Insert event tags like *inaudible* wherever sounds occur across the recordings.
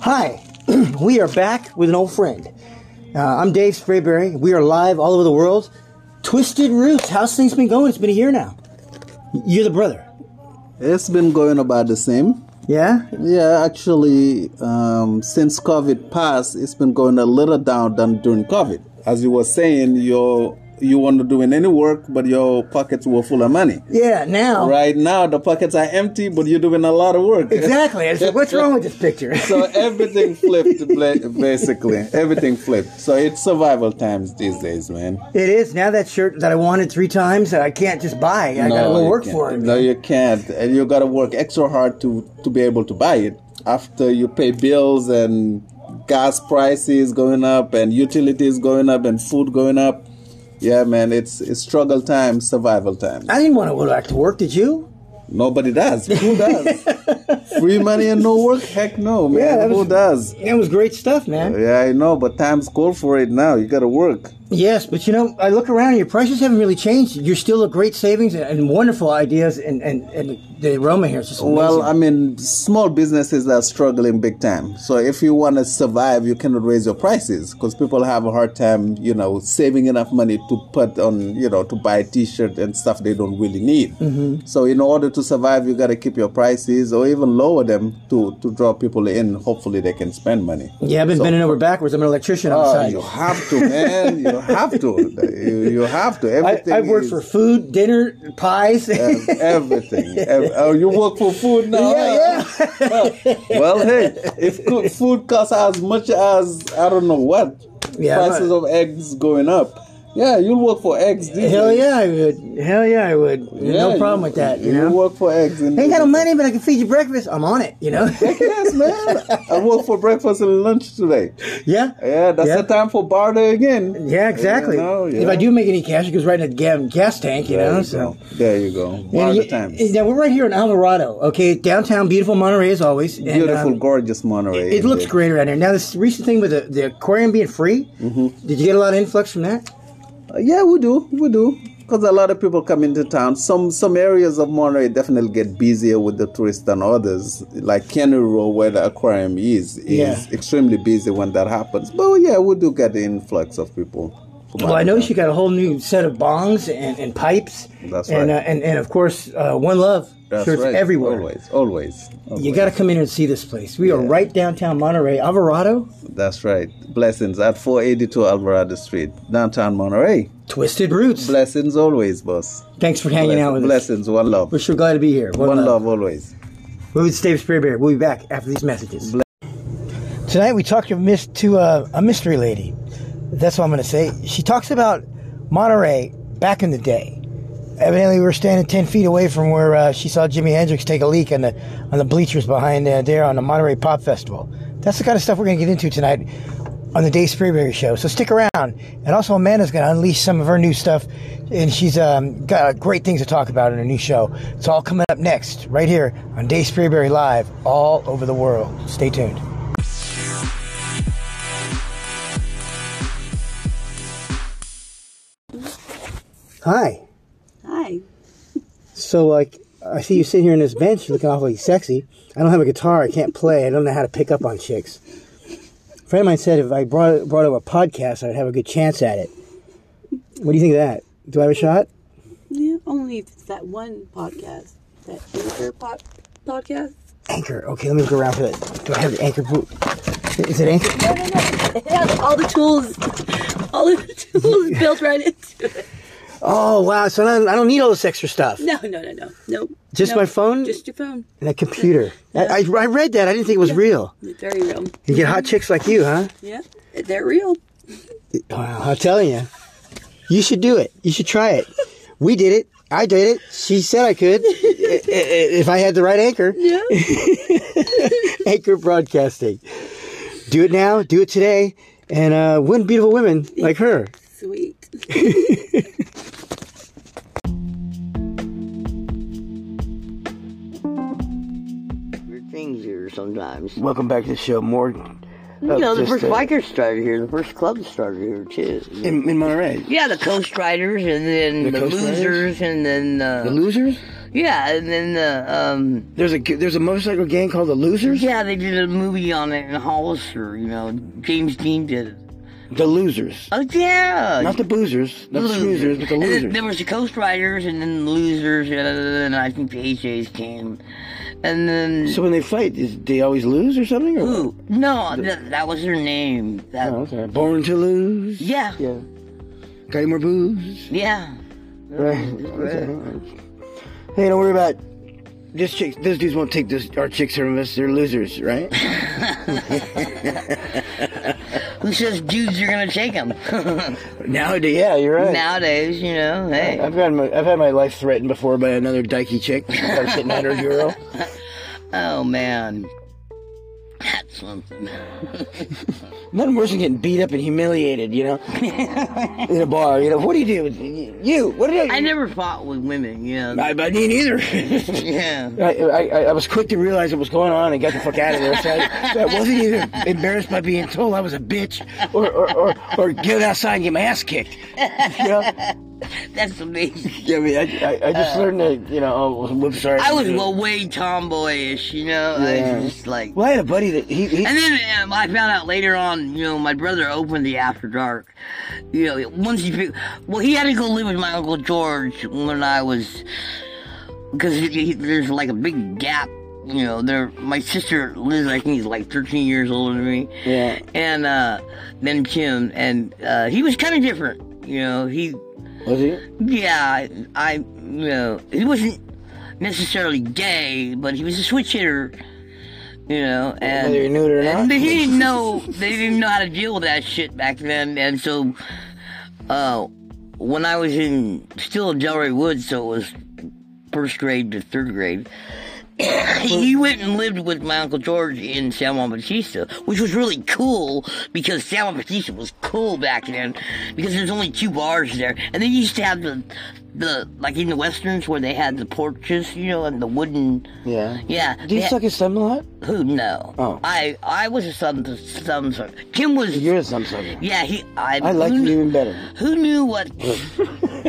Hi, *clears throat* we are back with an old friend. Uh, I'm Dave Sprayberry. We are live all over the world. Twisted Roots, how's things been going? It's been a year now. You're the brother. It's been going about the same. Yeah? Yeah, actually, um, since COVID passed, it's been going a little down than during COVID. As you were saying, you're, you weren't doing any work, but your pockets were full of money. Yeah, now. Right now, the pockets are empty, but you're doing a lot of *laughs* work. Exactly. I said, what's wrong with this picture? so everything flipped, bla- basically. Everything flipped. So it's survival times these days, man. It is now that shirt that I wanted three times that I can't just buy. I gotta go you work can't. for it. No, you can't. And you gotta work extra hard to to be able to buy it. After you pay bills and gas prices going up and utilities going up and food going up. Yeah, man, it's it's struggle time, survival time. I didn't want to go back to work, did you? Nobody does. *laughs* Who does? Free money and no work? Heck no, man. Yeah, that Who was- does? It was great stuff, man. Yeah, I know, but times call for it now. You gotta work. Yes, but you know, I look around and your prices haven't really changed. You're still a great savings and, and wonderful ideas, and, and, and the aroma here is just amazing. Well, I mean, small businesses are struggling big time. So if you want to survive, you cannot raise your prices because people have a hard time, you know, saving enough money to put on, you know, to buy a T-shirt and stuff they don't really need. Mm-hmm. So in order to survive, you got to keep your prices or even lower them to to draw people in. Hopefully, they can spend money. yeah, I've been so- bending over backwards. I'm an electrician on the Oh, side. you have to, *laughs* man. you have to. You, you have to. I, Everything. I've worked is- for food, dinner, pies. Ev- everything. Ev- oh, you work for food now. Yeah, huh? well, hey, if co- food costs as much as I don't know what, Yeah, prices but- of eggs going up. Yeah, you'll work for eggs. These *laughs* Hell days. yeah, I would. Hell yeah, I would. Yeah, no problem you- with that. You you know, work for eggs. in ain't these got no days. money, but I can feed you breakfast. I'm on it. *laughs* You know. Yes, man. I work for breakfast and lunch today. yeah. Yeah, that's Yeah. the time for barter again. Yeah, exactly. You know, If Oh, yeah. I do make any cash, it goes right in the gam- gas tank, you There know. you so. go. There you go. And Barter you- times. and now we're right here in Alvarado, okay, downtown, beautiful Monterey as always. and, um, Beautiful, gorgeous Monterey. it looks indeed. great around here. Now, this recent thing with the, the aquarium being free, Mm-hmm. did you get a lot of influx from that? Uh, Yeah, we do, we do, because a lot of people come into town. Some some areas of Monterey definitely get busier with the tourists than others. Like Canary Row, where the aquarium is, is Yeah. extremely busy when that happens. But yeah, we do get the influx of people. from Well, I out of noticed you got a whole new set of bongs and, and pipes. That's and, right. Uh, and, and, of course, uh, One Love town. That's shirts right. everywhere. Always, always. You always. got to come in and see this place. We are right downtown Monterey, Alvarado, That's right. Blessings at 482 Alvarado Street, downtown Monterey. Twisted Roots. Blessings always, boss. Thanks for hanging out with us. Blessings, one love. We're sure glad to be here. One, One love always. Well, it's Dave Spearbear. We'll be back after these messages. Tonight we talked to, mis- to uh, a mystery lady. That's what I'm going to say. She talks about Monterey back in the day. Evidently, we were standing 10 feet away from where uh, she saw Jimi Hendrix take a leak on the, on the bleachers behind uh, there on the Monterey Pop Festival. That's the kind of stuff we're going to get into tonight on the Dave Spearberry Show. So stick around. And also, Amanda's going to unleash some of her new stuff. And she's um, got great things to talk about in her new show. It's all coming up next, right here on Dave Spearberry Live, all over the world. Stay tuned. Hi. Hi. So, like, I see you sitting here in this bench. You're looking awfully sexy. I don't have a guitar. I can't play. I don't know how to pick up on chicks. A friend of mine said if I brought brought up a podcast, I'd have a good chance at it. What do you think of that? Do I have a shot? Yeah, only if it's that one podcast, that anchor pod- *laughs* podcast. Anchor. Okay, let me look around for that. Do I have the anchor boot? Is it anchor? No, no, no. It has all the tools, all of the tools built right into it. Oh wow! So I don't, I don't need all this extra stuff. No, no, no, no, no. Just no. my phone? Just your phone. And a computer. I, I, I read that. I didn't think it was real. It's very real. You get hot chicks like you, huh? Yeah, they're real. Wow, I'm telling you. You should do it. You should try it. We did it. I did it. She said I could. *laughs* I- I- if I had the right anchor, Yeah. *laughs* anchor broadcasting. Do it now. Do it today. And uh, win beautiful women like her. *laughs* Sweet. weird things here sometimes. Welcome back to the show. More. you know, the first bikers started here, the first clubs started here too. in, in Monterey. Yeah, the Coast Riders, and then The the, Coast Riders? Losers, and then uh, losers? Yeah, and then the um, There's a there's a motorcycle gang called the Losers. Yeah, they did a movie on it in Hollister, you know. James Dean did it. The Losers, Oh, yeah. not the boozers, not the schmoozers, but the And then *laughs* losers. There was the Coast Riders and then the Losers, and I think the HAs came. And then. So when they fight, is, they always lose or something? Or what? Ooh, no, th- that was her name. That, Oh, okay. Born to lose. Yeah, yeah. Yeah. Got any more booze? Right. Okay. Hey, don't worry about this chick. Those dudes won't take this. Our chicks from us. They're losers, right? *laughs* Who says dudes are gonna take *laughs* them? Nowadays, yeah, you're right. Nowadays, you know, hey. I've had my I've had my life threatened before by another dykey *laughs* chick. I was sitting at her bureau. Oh, man. That's *laughs* something. Nothing worse than getting beat up and humiliated, *laughs* you know, in a bar. You know, what do you do? *laughs* You, what did I? I never fought with women, you know. I, I didn't either. yeah. I, I, I was quick to realize what was going on and got the fuck out of there. So I, so I wasn't either embarrassed by being told I was a bitch or or, or, or get outside and get my ass kicked. You know? *laughs* That's amazing. Yeah, I mean, I, I, I just learned to, you know, oh, whoops, sorry. Uh, I was well, way tomboyish, you know. I Yeah. was just like, Well, I had a buddy that he, he and then um, I found out later on, you know, my brother opened the After Dark. You know, once he, picked, well, he had to go live with my uncle George when I was, because there's like a big gap. You know, there. My sister Liz, I think, is like 13 years older than me. Yeah. And uh, then Kim, and uh, he was kind of different. You know, he was he? yeah, I, you know, he wasn't necessarily gay, but he was a switch hitter, you know, and Whether he knew it or and not. they didn't know they didn't know how to deal with that shit back then, and so, uh, when I was in still in Delray Woods, so it was first grade to third grade. *coughs* he went and lived with my uncle George in San Juan Batista, which was really cool because San Juan Batista was cool back then because there's only two bars there, and they used to have the the like in the westerns where they had the porches, you know, and the wooden. Yeah. Yeah. Do you they- suck his thumb a lot? Who no? Oh. I I was a some some sort. Kim was. You're a thumb sucker. yeah, he. I, I like who, you even better. Who knew *laughs* what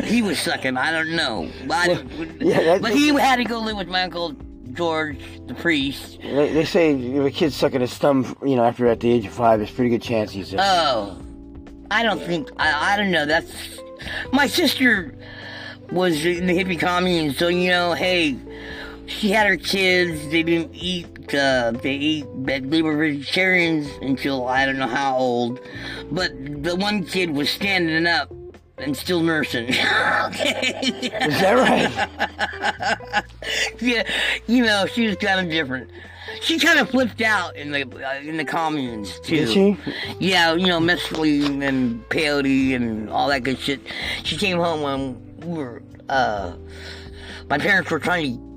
he was sucking? I don't know. I don't- yeah, that- but he had to go live with my uncle George, the priest. They, they say if a kid's sucking his thumb, you know, after at the age of five, it's a pretty good chance he's. A, Oh, I don't think I. I don't know. That's my sister was in the hippie commune, so you know, hey, she had her kids. They didn't eat. Uh, they ate. They were vegetarians until I don't know how old. But the one kid was standing up and still nursing. *laughs* okay. is that right? *laughs* yeah, you know, she was kind of different. She kind of flipped out in the uh, in the communes too. Did she? Yeah, you know, mescaline and peyote and all that good shit. She came home when we were. Uh, my parents were trying to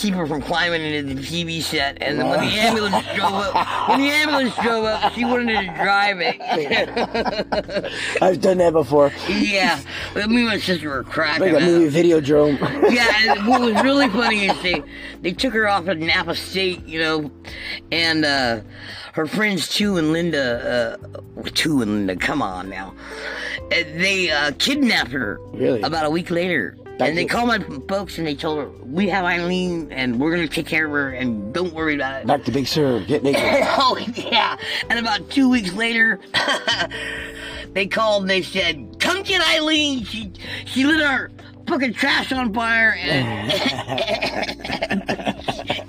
keep her from climbing into the TV set, and then when *laughs* the ambulance drove up, when the ambulance drove up, she wanted to drive it. *laughs* I've done that before. yeah, but me and my sister were cracking Like a up. movie video drone. Yeah, and what was really funny is they they took her off of Napa State, you know, and uh, her friends Chu and Linda, uh, Chu and Linda, come on now, Uh, they uh, kidnapped her. Really? About a week later. And they to- called my folks and they told her, We have Eileen and we're gonna take care of her and don't worry about it. Back to Big Sur. Get naked. *laughs* oh, yeah. And about two weeks later, *laughs* they called and they said, Come get Eileen. She, she lit our fucking trash on fire and.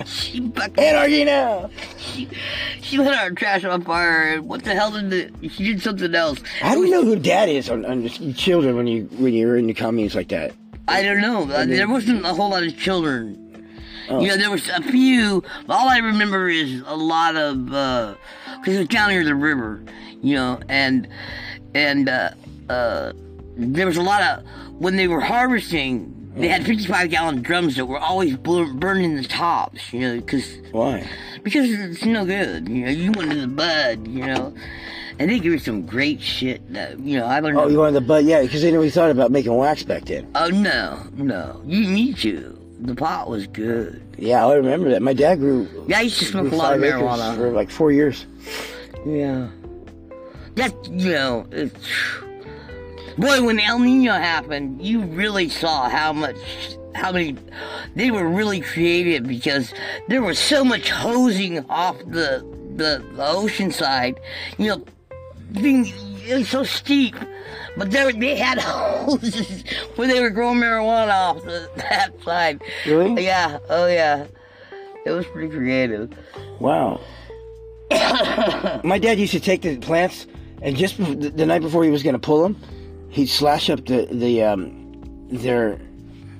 she fucking. Anarchy now. She lit our trash on fire and what the hell did the. She did something else. How do you know who dad is on, on your children when you when you're in the communes like that? I don't know. Uh, there wasn't a whole lot of children. Oh. You know, there was a few. but All I remember is a lot of because it was down near the river, you know, and and uh, uh, there was a lot of when they were harvesting. They had 55 gallon drums that were always bur- burning the tops, you know, because Why? because it's no good. You know, you went to the bud, you know, and they gave some great shit. That, you know, I don't know. Oh, you wanted the butt? Yeah, because they never thought about making wax back then. Oh no, no. You need to. The pot was good. Yeah, I remember that. My dad grew. Yeah, I used to grew smoke a lot of five acres marijuana. for like four years. Yeah. That you know, it's boy, when El Nino happened, you really saw how much how many they were really creative because there was so much hosing off the the, the ocean side. You know, being it was so steep. But they, were- they had *laughs* hoses where they were growing marijuana off the, *laughs* that side. Really? Yeah. Oh yeah. It was pretty creative. Wow. My dad used to take the plants, and just bef- the, the night before he was going to pull them, he'd slash up the the um, their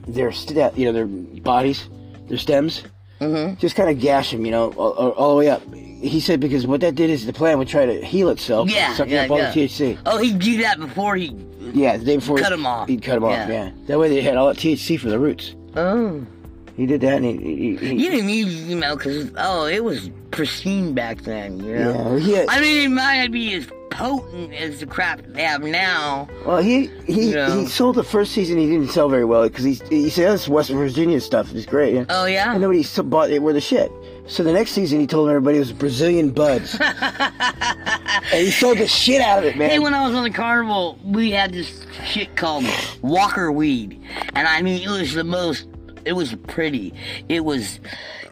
their st- uh, you know their bodies, their stems, mm-hmm. just kind of gash them, you know, all, all, all the way up. He said because what that did is the plant would try to heal itself, Yeah. sucking yeah, up all yeah. the THC. Oh, he'd do that before he. Yeah, the day before Cut 'em off. He'd cut them off. Yeah. Yeah, that way they had all that THC for the roots. Oh. He did that, and he, he, he You didn't need email because oh, it was pristine back then. You know. yeah, he had- I mean, it might not be as potent as the crap they have now. Well, he he, Yeah. he sold the first season. He didn't sell very well because he he said "Oh, this West Virginia stuff is great. Yeah. Oh yeah. And nobody s- bought it. Were the shit. So the next season, he told everybody it was Brazilian *laughs* buds, and he sold the shit out of it, man. Hey, when I was on the carnival, we had this shit called Walker weed, and I mean, it was the most. It was pretty. It was.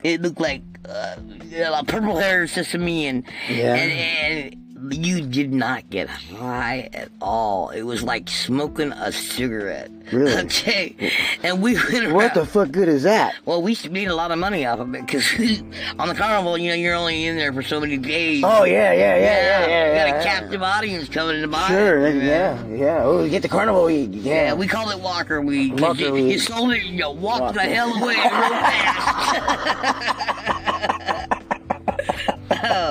It looked like uh, you know, purple hair sesame, and Yeah. and, and you did not get high at all. It was like smoking a cigarette. Really? *laughs* Okay. And we went around. what the fuck good is that? well, we made a lot of money off of it because *laughs* on the carnival, you know, you're only in there for so many days. Oh yeah, yeah, yeah, yeah, yeah. You got yeah. a captive audience coming to buy. Sure, it, that- you know? yeah, yeah. Oh, you get the carnival weed. Yeah, Yeah, we called it Walker Weed. 'cause Walker you, weed. You sold it, you walked Walker. the hell away real *laughs* fast.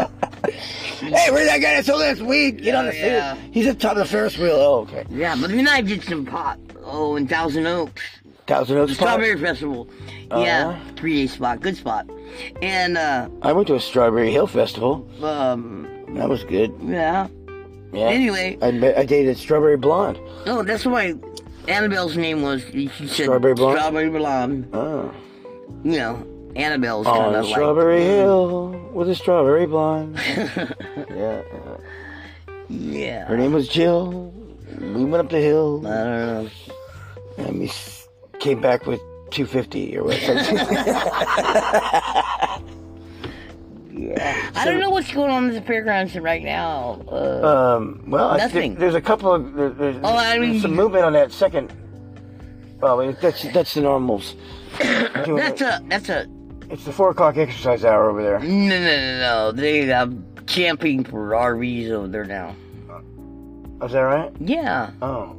Hey, where's that guy that sold this weed? Get on the Yeah. yeah. He's at the top of the Ferris wheel. Oh, okay. yeah, but then I did some pot. Oh, in Thousand Oaks, Thousand Oaks the Park. Strawberry Festival. Yeah, Uh-huh. three day spot, good spot. And uh, I went to a Strawberry Hill Festival. um, That was good. yeah. Yeah. Anyway. I, met, I dated Strawberry Blonde. Oh, that's why Annabelle's name was. She said Strawberry Blonde? Strawberry Blonde. Oh. You know, Annabelle's kind On of like. Strawberry Hill with a Strawberry Blonde. yeah. uh, *laughs* Yeah. Her name was Jill. We went up the hill I don't know. and we s- came back with 250 *laughs* or whatever. I don't know what's going on in the fairgrounds right now. *laughs* Uh, um, well, I thi- Nothing. there's a couple of. There, there's, Oh, I there's mean- some movement on that second. Well, it- that's that's the *coughs* normals. Doing that's it. a that's a it's the four o'clock exercise hour over there. No, no, no, no. They are camping for RVs over there now. Oh, Is that right? Yeah. Oh.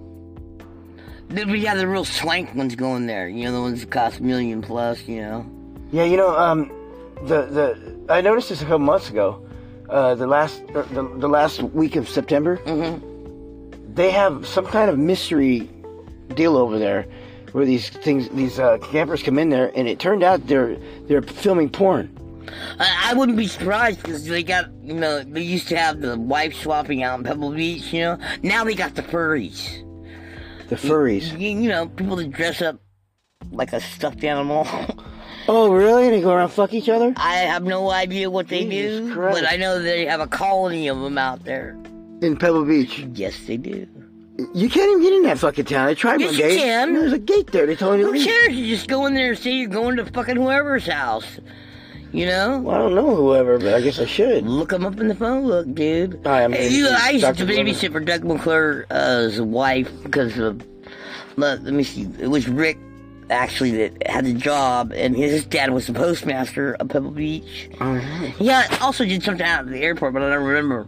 Then we got the real swank ones going there. You know, the ones that cost a million plus, you know. Yeah, you know, um, the the I noticed this a couple months ago. Uh, the last er, the, the last week of September, they have some kind of mystery deal over there, where these things these uh, campers come in there, and it turned out they're they're filming porn. I, I wouldn't be surprised because they got, you know, they used to have the wife swapping out in Pebble Beach, you know. Now they got the furries. The furries. You, you know, people that dress up like a stuffed animal. *laughs* Oh, really? They go around and fuck each other? I have no idea what they Jesus do, Christ. but I know they have a colony of them out there. In Pebble Beach. Yes, they do. You can't even get in that fucking town. I tried Yes, one you day. can. There's a gate there. They told me to Who leave. cares? You just go in there and say you're going to fucking whoever's house. You know? Well, I don't know whoever, but I guess I should. Look them up in the phone book, dude. I am you, I used to Dr. babysit for Doug McClure's wife because of. Let, let me see. It was Rick, actually, that had the job, and his dad was the postmaster of Pebble Beach. Oh, Yeah, I also did something out at the airport, but I don't remember.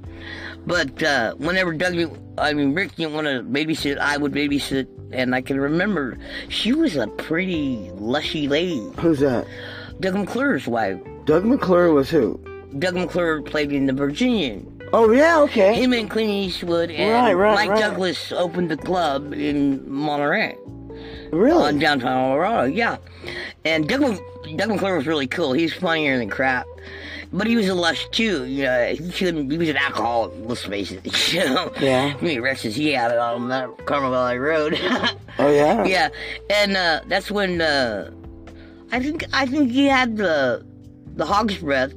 But uh, whenever Doug, I mean Rick, didn't want to babysit, I would babysit, and I can remember she was a pretty lushy lady. Who's that? Doug McClure's wife. Doug McClure was who? Doug McClure played in The Virginian. Oh yeah, okay. Him and Clint Eastwood and Right, right, Mike right. Douglas opened the club in Monterey. Really? on downtown Colorado, yeah. And Doug, Doug McClure was really cool. He was funnier than crap, but he was a lush too. You know, he couldn't. He was an alcoholic. Let's face it. *laughs* You know. Yeah. I mean, Rex is he had it on that Carmel Valley Road. *laughs* oh yeah. yeah, and uh, that's when uh, I think I think he had the the hog's breath.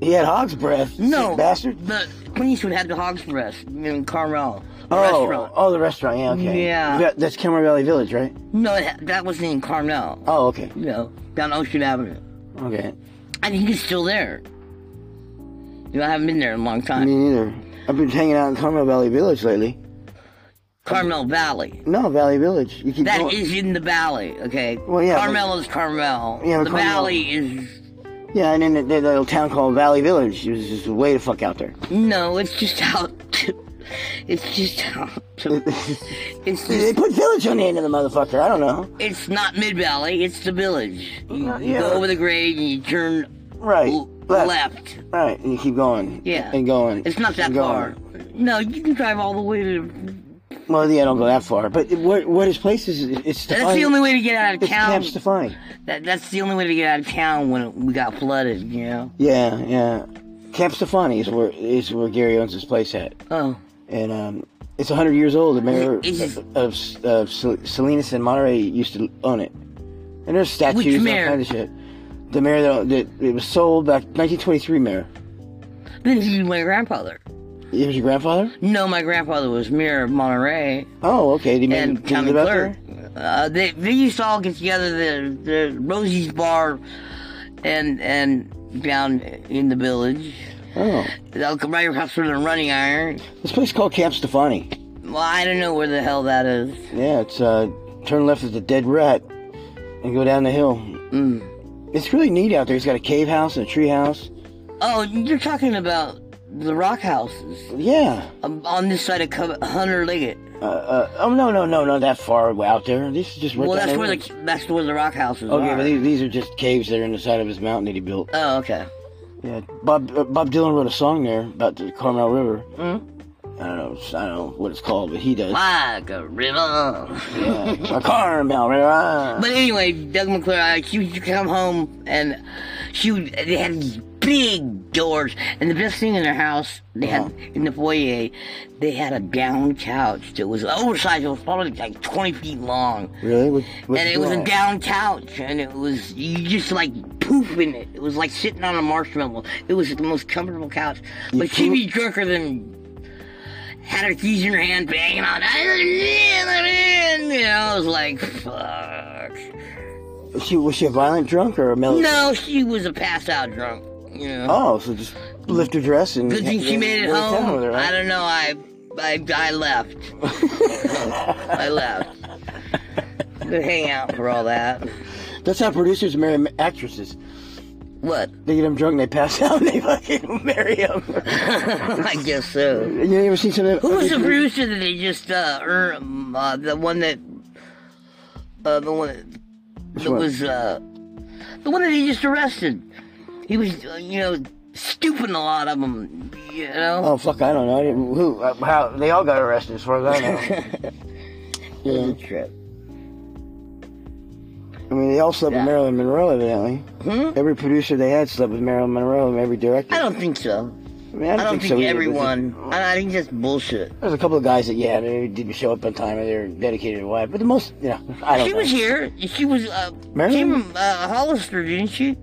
He had hog's breath. No, sick bastard. The Clint Eastwood had the hog's breath in Carmel. The oh, restaurant. oh, the restaurant. Yeah, okay. Yeah. That- that's Camera Valley Village, right? No, that, that was in Carmel. Oh, okay. You know, down Ocean Avenue. Okay. I think it's still there. You know, I haven't been there in a long time. Me neither. I've been hanging out in Carmel Valley Village lately. Carmel Valley. No, Valley Village. You keep That is going. in the valley, okay? Well, yeah, Carmel is Carmel. Yeah, but the Carmel- valley is. Yeah, and then that that little town called Valley Village is just way the fuck out there. No, it's just out. To, it's just out. To, it's They just, put village on the end of the motherfucker. I don't know. it's not mid valley. It's the village. You, you Uh, yeah. go over the grade and you turn Right. l- left. left. Right, and you keep going. Yeah. And going. It's not that and going. far. No, you can drive all the way to. Well, yeah, I don't go that far. But what what is places? It's Stefani. That's the only way to get out of It's town. Camp Stefani. That, that's the only way to get out of town when we got flooded. You know. Yeah, yeah. Camp Stefani is where is where Gary owns his place at, Oh. and um, it's hundred years old. The mayor Is it- of, of, of Sal- Salinas and Monterey used to own it, and there's statues Which and all mayor? kind of shit. The mayor that, that it was sold back 1923 mayor. This is my grandfather. It was your grandfather? No, my grandfather was mayor of Monterey Oh, okay. Did he, and did he county live out clerk. there? Uh, they they used to all get together the the Rosie's bar, and and down in the village. Oh, They'll come right across from the running iron. this place called Camp Stefani. Well, I don't know where the hell that is. Yeah, it's uh, turn left at the dead rat and go down the hill. Mm. It's really neat out there. He's got a cave house and a tree house. Oh, you're talking about the rock houses Yeah. um, on this side of Co- Hunter Liggett. Uh, uh, oh no no no not that far out there. This is just right Well, down that's there. where the that's where the rock houses are. okay, but these, these are just caves that are in the side of his mountain that he built. Oh, okay. Yeah, Bob uh, Bob Dylan wrote a song there about the Carmel River. Mm. I don't know I don't know what it's called, but he does. Like a river. Yeah. a Carmel River. But anyway, Doug McClure, she would come home and she would, they had these big doors. And the best thing in their house, they had in the foyer, they had a down couch that was oversized. It was probably like 20 feet long. Really? What, what and you it was do a on down couch, and it was you just like pooping it. It was like sitting on a marshmallow. It was the most comfortable couch. But she'd be drunker than had her keys in her hand, banging on. You know, I was like, fuck. She was she a violent drunk or a mellow? No, she was a pass out drunk. You know. Oh, so just lift her dress and. Good thing she and made it go to town home. with her, I huh? don't know. I I, I *laughs* left. I left. Good hangout for all that. That's how producers marry ma- actresses. What? They get them drunk, and they pass *laughs* out, and they fucking marry them. *laughs* I guess so. you ever seen some? Who was the producer that they just uh, er, um, uh the one that uh the one that, that one? was uh the one that they just arrested? He was uh, you know stooping a lot of them, you know. Oh fuck! I don't know. I didn't, who? uh, How? They all got arrested, as far as I know. *laughs* yeah. Trip. I mean, they all slept Yeah. Hmm? with Marilyn Monroe, evidently. Every producer they had slept with Marilyn Monroe, and every director. I don't think so. mean, I don't think, so either, but everyone. the- I, I think that's bullshit. There's a couple of guys that yeah, they didn't show up on time, or they're dedicated to wife. But the most, you know, I don't. She know. was here. She was uh, Marilyn? came from uh, Hollister, didn't she?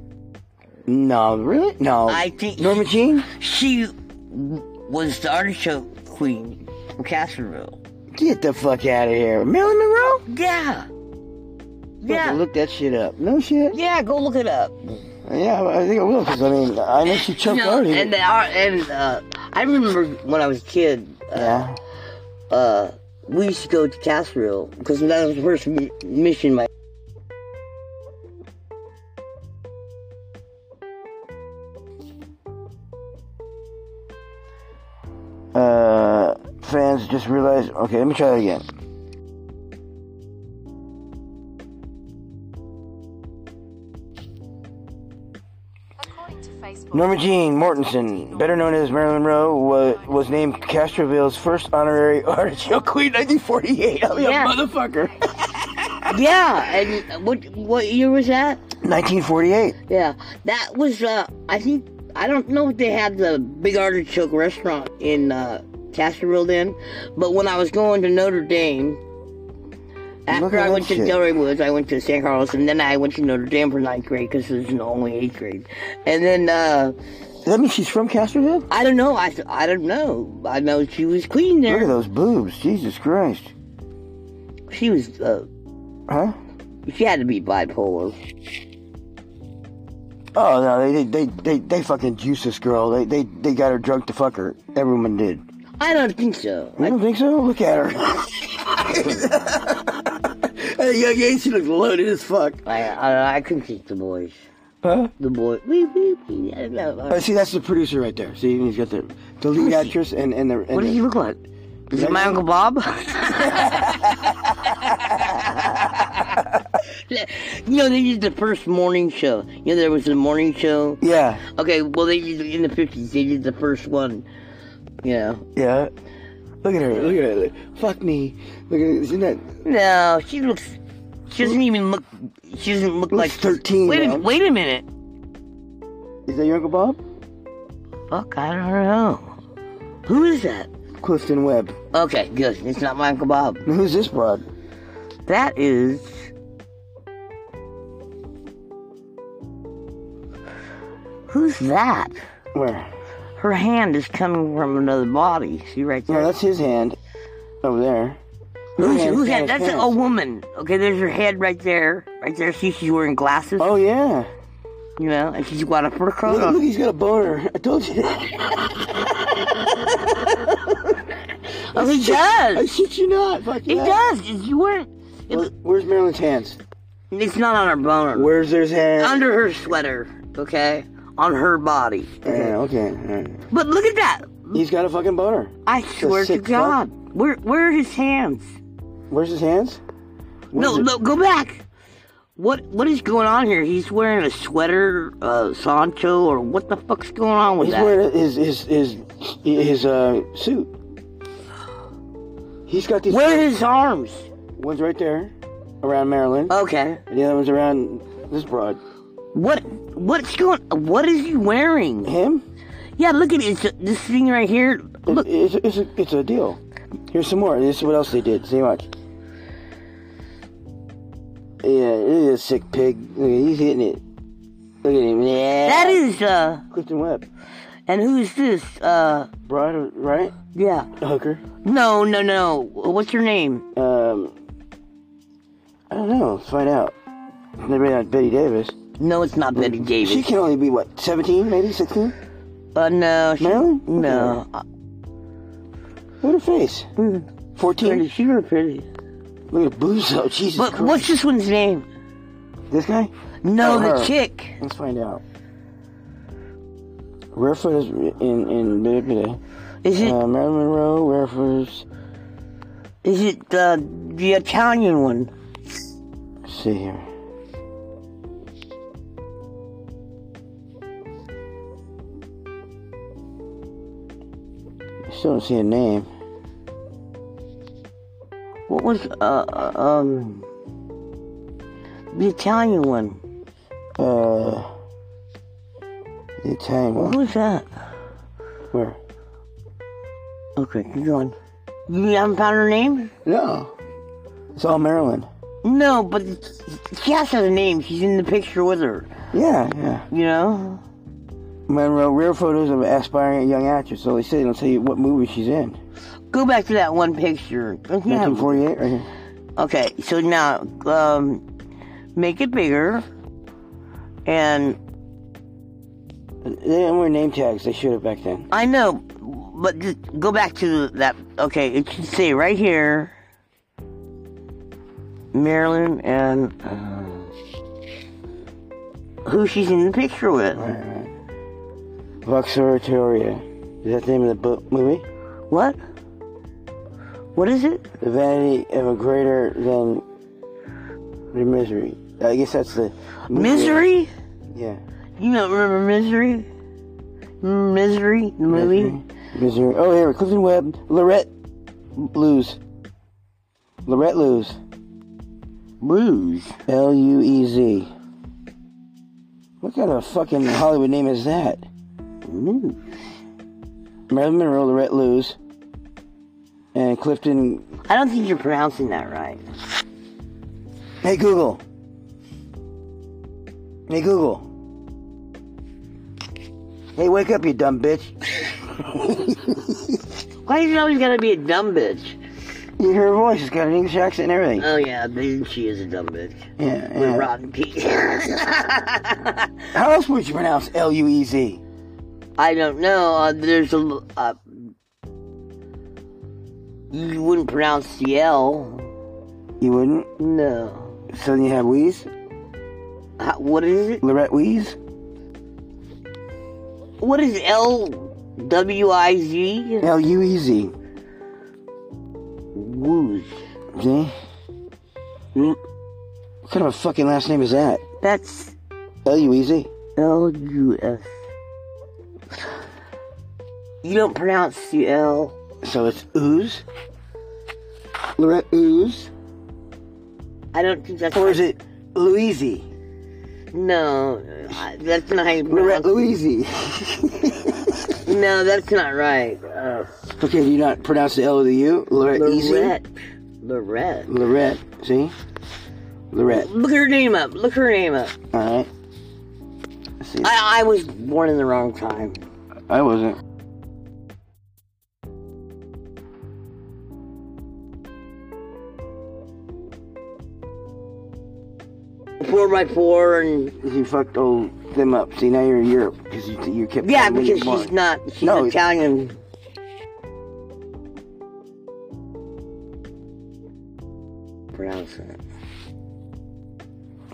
No, really? No. I think- Oh, Norma Jean. She was the artichoke queen from Castroville. Get the fuck out of here, Marilyn Monroe. Yeah. Yeah. Yeah. Look that shit up. No shit. Yeah, go look it up. Yeah, I think I will because I mean I know she choked No, out here. and they are, and uh, I remember when I was a kid, yeah. uh, we used to go to Castroville because that was the first mi- mission my Uh, fans just realized. Okay, let me try that again. According to Facebook, Norma Jean Mortensen, better known as Marilyn Monroe, was, was named Castroville's first honorary *laughs* artichoke queen 1948. I'm Yeah. a motherfucker. Yeah, and what what year was that? 1948. Yeah, that was uh, I think I don't know if they had the Big Artichoke restaurant in uh, Castroville then, but when I was going to Notre Dame, Look after at I that went to shit. Delray Woods, I went to San Carlos, and then I went to Notre Dame for ninth grade because there's only eighth grade, and then uh, that mean she's from Castlehead? I don't know. I, I don't know. I know she was queen Look at there. those boobs. Jesus Christ. She was. Uh, Huh? she had to be bipolar. Oh no, they they they they, they fucking juiced this girl. They they they got her drunk to fuck her. Everyone did. I don't think so. You don't think so? Look at her. hey, young age, she looks loaded as fuck. I I, I couldn't teach the boys. Huh? The boy. We we we. I don't know. Uh, see, that's the producer right there. See, he's got the the lead actress and and the. And What the, does he look like? Is it my Uncle *laughs* Bob? you know, they did the first morning show. You know, there was a morning show. Yeah, Okay, well, they did, in the 50s, they did the first one. You know. yeah. Look at her. Look at her. Look- Fuck me. Look at isn't that? No, she looks. She doesn't even look. She doesn't look like Looks 13 Wait, now. a, wait a minute. Is that your uncle Bob? Fuck, I don't know. Who is that? Clifton Webb. Okay, good. It's not my Uncle Bob. Now, *laughs* who's this broad? That is. Who's that? Where? Her hand is coming from another body. See right No, there. that's his hand. Over there. who's, her who's hand- that? That's a, a pants. woman. Okay, there's her head right there. Right there. See, she's wearing glasses. Oh yeah. You know, and she's got a fur coat Look, on. look, he's got a boner. I told you. Oh, he *laughs* I does. shit you not. Fuck He yeah. does. If you weren't. Where- where's Marilyn's hands? It's not on her boner. Where's his hands? Under her sweater. Okay, on her body. Yeah, okay. all right. But look at that. Mm. He's got a fucking boner. I swear to sick fuck. God. Where where are his hands? Where's his hands? Where's No, it- no, go back. What what is going on here? He's wearing a sweater, uh, Sancho, or what the fuck's going on with He's that? wearing his his his his uh suit. He's got these Where are his arms? one's right there, around Marilyn, Okay. and the other one's around this broad. What what's going? What is he wearing? Him? Yeah, look at it. It's, this thing right here. It- Look, it's a, it's a, it's a deal. Here's some more. This is what else they did. See watch. Yeah, it is a sick pig. Look, he's hitting it. Look at him. Yeah. that is uh. Clifton Webb. And who's this? Uh, Broad, right? yeah. Hooker. No, no, no. What's your name? Um, I don't know. Let's find out. Maybe not Betty Davis. Mm, No, it's not Betty Davis. She can only be what, 17, maybe 16? Uh, no. She, Marilyn? No. Hmm. Look at her face. 14. Pretty. She's really pretty. Look at her boobs though. Jesus But Christ. what's this one's name? This guy? No, Oh, the her. chick. Let's find out. Rarefoot is in in blah, blah, blah. Is it? Uh, Marilyn Monroe. Rarefoot is. Is it the the Italian one? Let's see here. I still don't see a name. What was uh uh, um the Italian one? Uh, the Italian What one. was that? Where? Okay, keep going. You haven't found her name? No. It's all Maryland. No, but she has her name. She's in the picture with her. Yeah, yeah. You know? Monroe, rare photos of aspiring young actress. So they say they'll tell you what movie she's in. Go back to that one picture. Don't you have- 1948, right here. Okay, so now um, make it bigger and They didn't wear name tags. They should have back then. I know, but just go back to that. Okay, it should say right here, Marilyn and uh, who she's in the picture with. Voxoratoria. Is that the name of the book, movie? What? What is it? The Vanity of a Greater Than the Misery. I guess that's the movie. Misery? Yeah. You don't remember Misery? Remember Misery, Mm-hmm. the movie. Misery. Oh, here, Clifton Webb, Lorette Blues. Lorette Luz. Blues. L U E Z. What kind of fucking Hollywood name is that? Luz. Marilyn Monroe, Lorette Luz, and Clifton. I don't think you're pronouncing that right. Hey Google. Hey Google. Hey, wake up, you dumb bitch. Why is it always gotta be a dumb bitch? You hear her voice. It's got an English accent and everything. Oh yeah, maybe she is a dumb bitch. yeah, We're yeah. rotten *laughs* peas. How else would you pronounce L U E Z? I don't know. Uh, there's a. l- Uh, you wouldn't pronounce the L. You wouldn't. No. So then you have Wheeze, How, what is it? Lorette Wheeze. What is L W I Z? *laughs* L U E Z. Wooz. See? Hmm. What kind of a fucking last name is that? That's L U E Z. L U S. You don't pronounce the L. So it's Ooze. Lorette Ooze. I don't think that's. Or is it Louise? No, I- that's not how you Lorette pronounce Louise. No, that's not right. Uh, okay, do you not pronounce the L of the U? Lorette Easy? Lorette. Lorette. Lorette. See? Lorette. Look her name up. Look her name up. Alright. See, I, Mm. I, I was born in the wrong time. I wasn't. Four by four and You fucked all them up. See, now you're in Europe because you, you kept. yeah, telling me because you she's weren't. not. She's No. Italian. Pronounce it.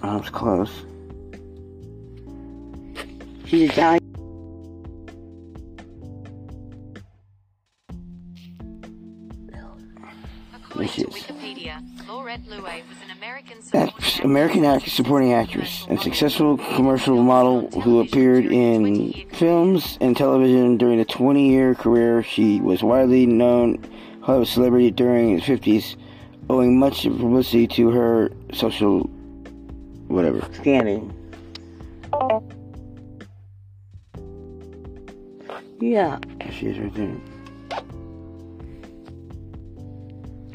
Oh, it's close. She's Italian. According to Yes. Wikipedia, Laurette Louet was an American That's supporting American act- supporting actress and successful commercial model who appeared in films and television during a 20 year career. She was widely known Hollywood celebrity during the 50s, owing much publicity to her social whatever. Scanning. Yeah. She is right there.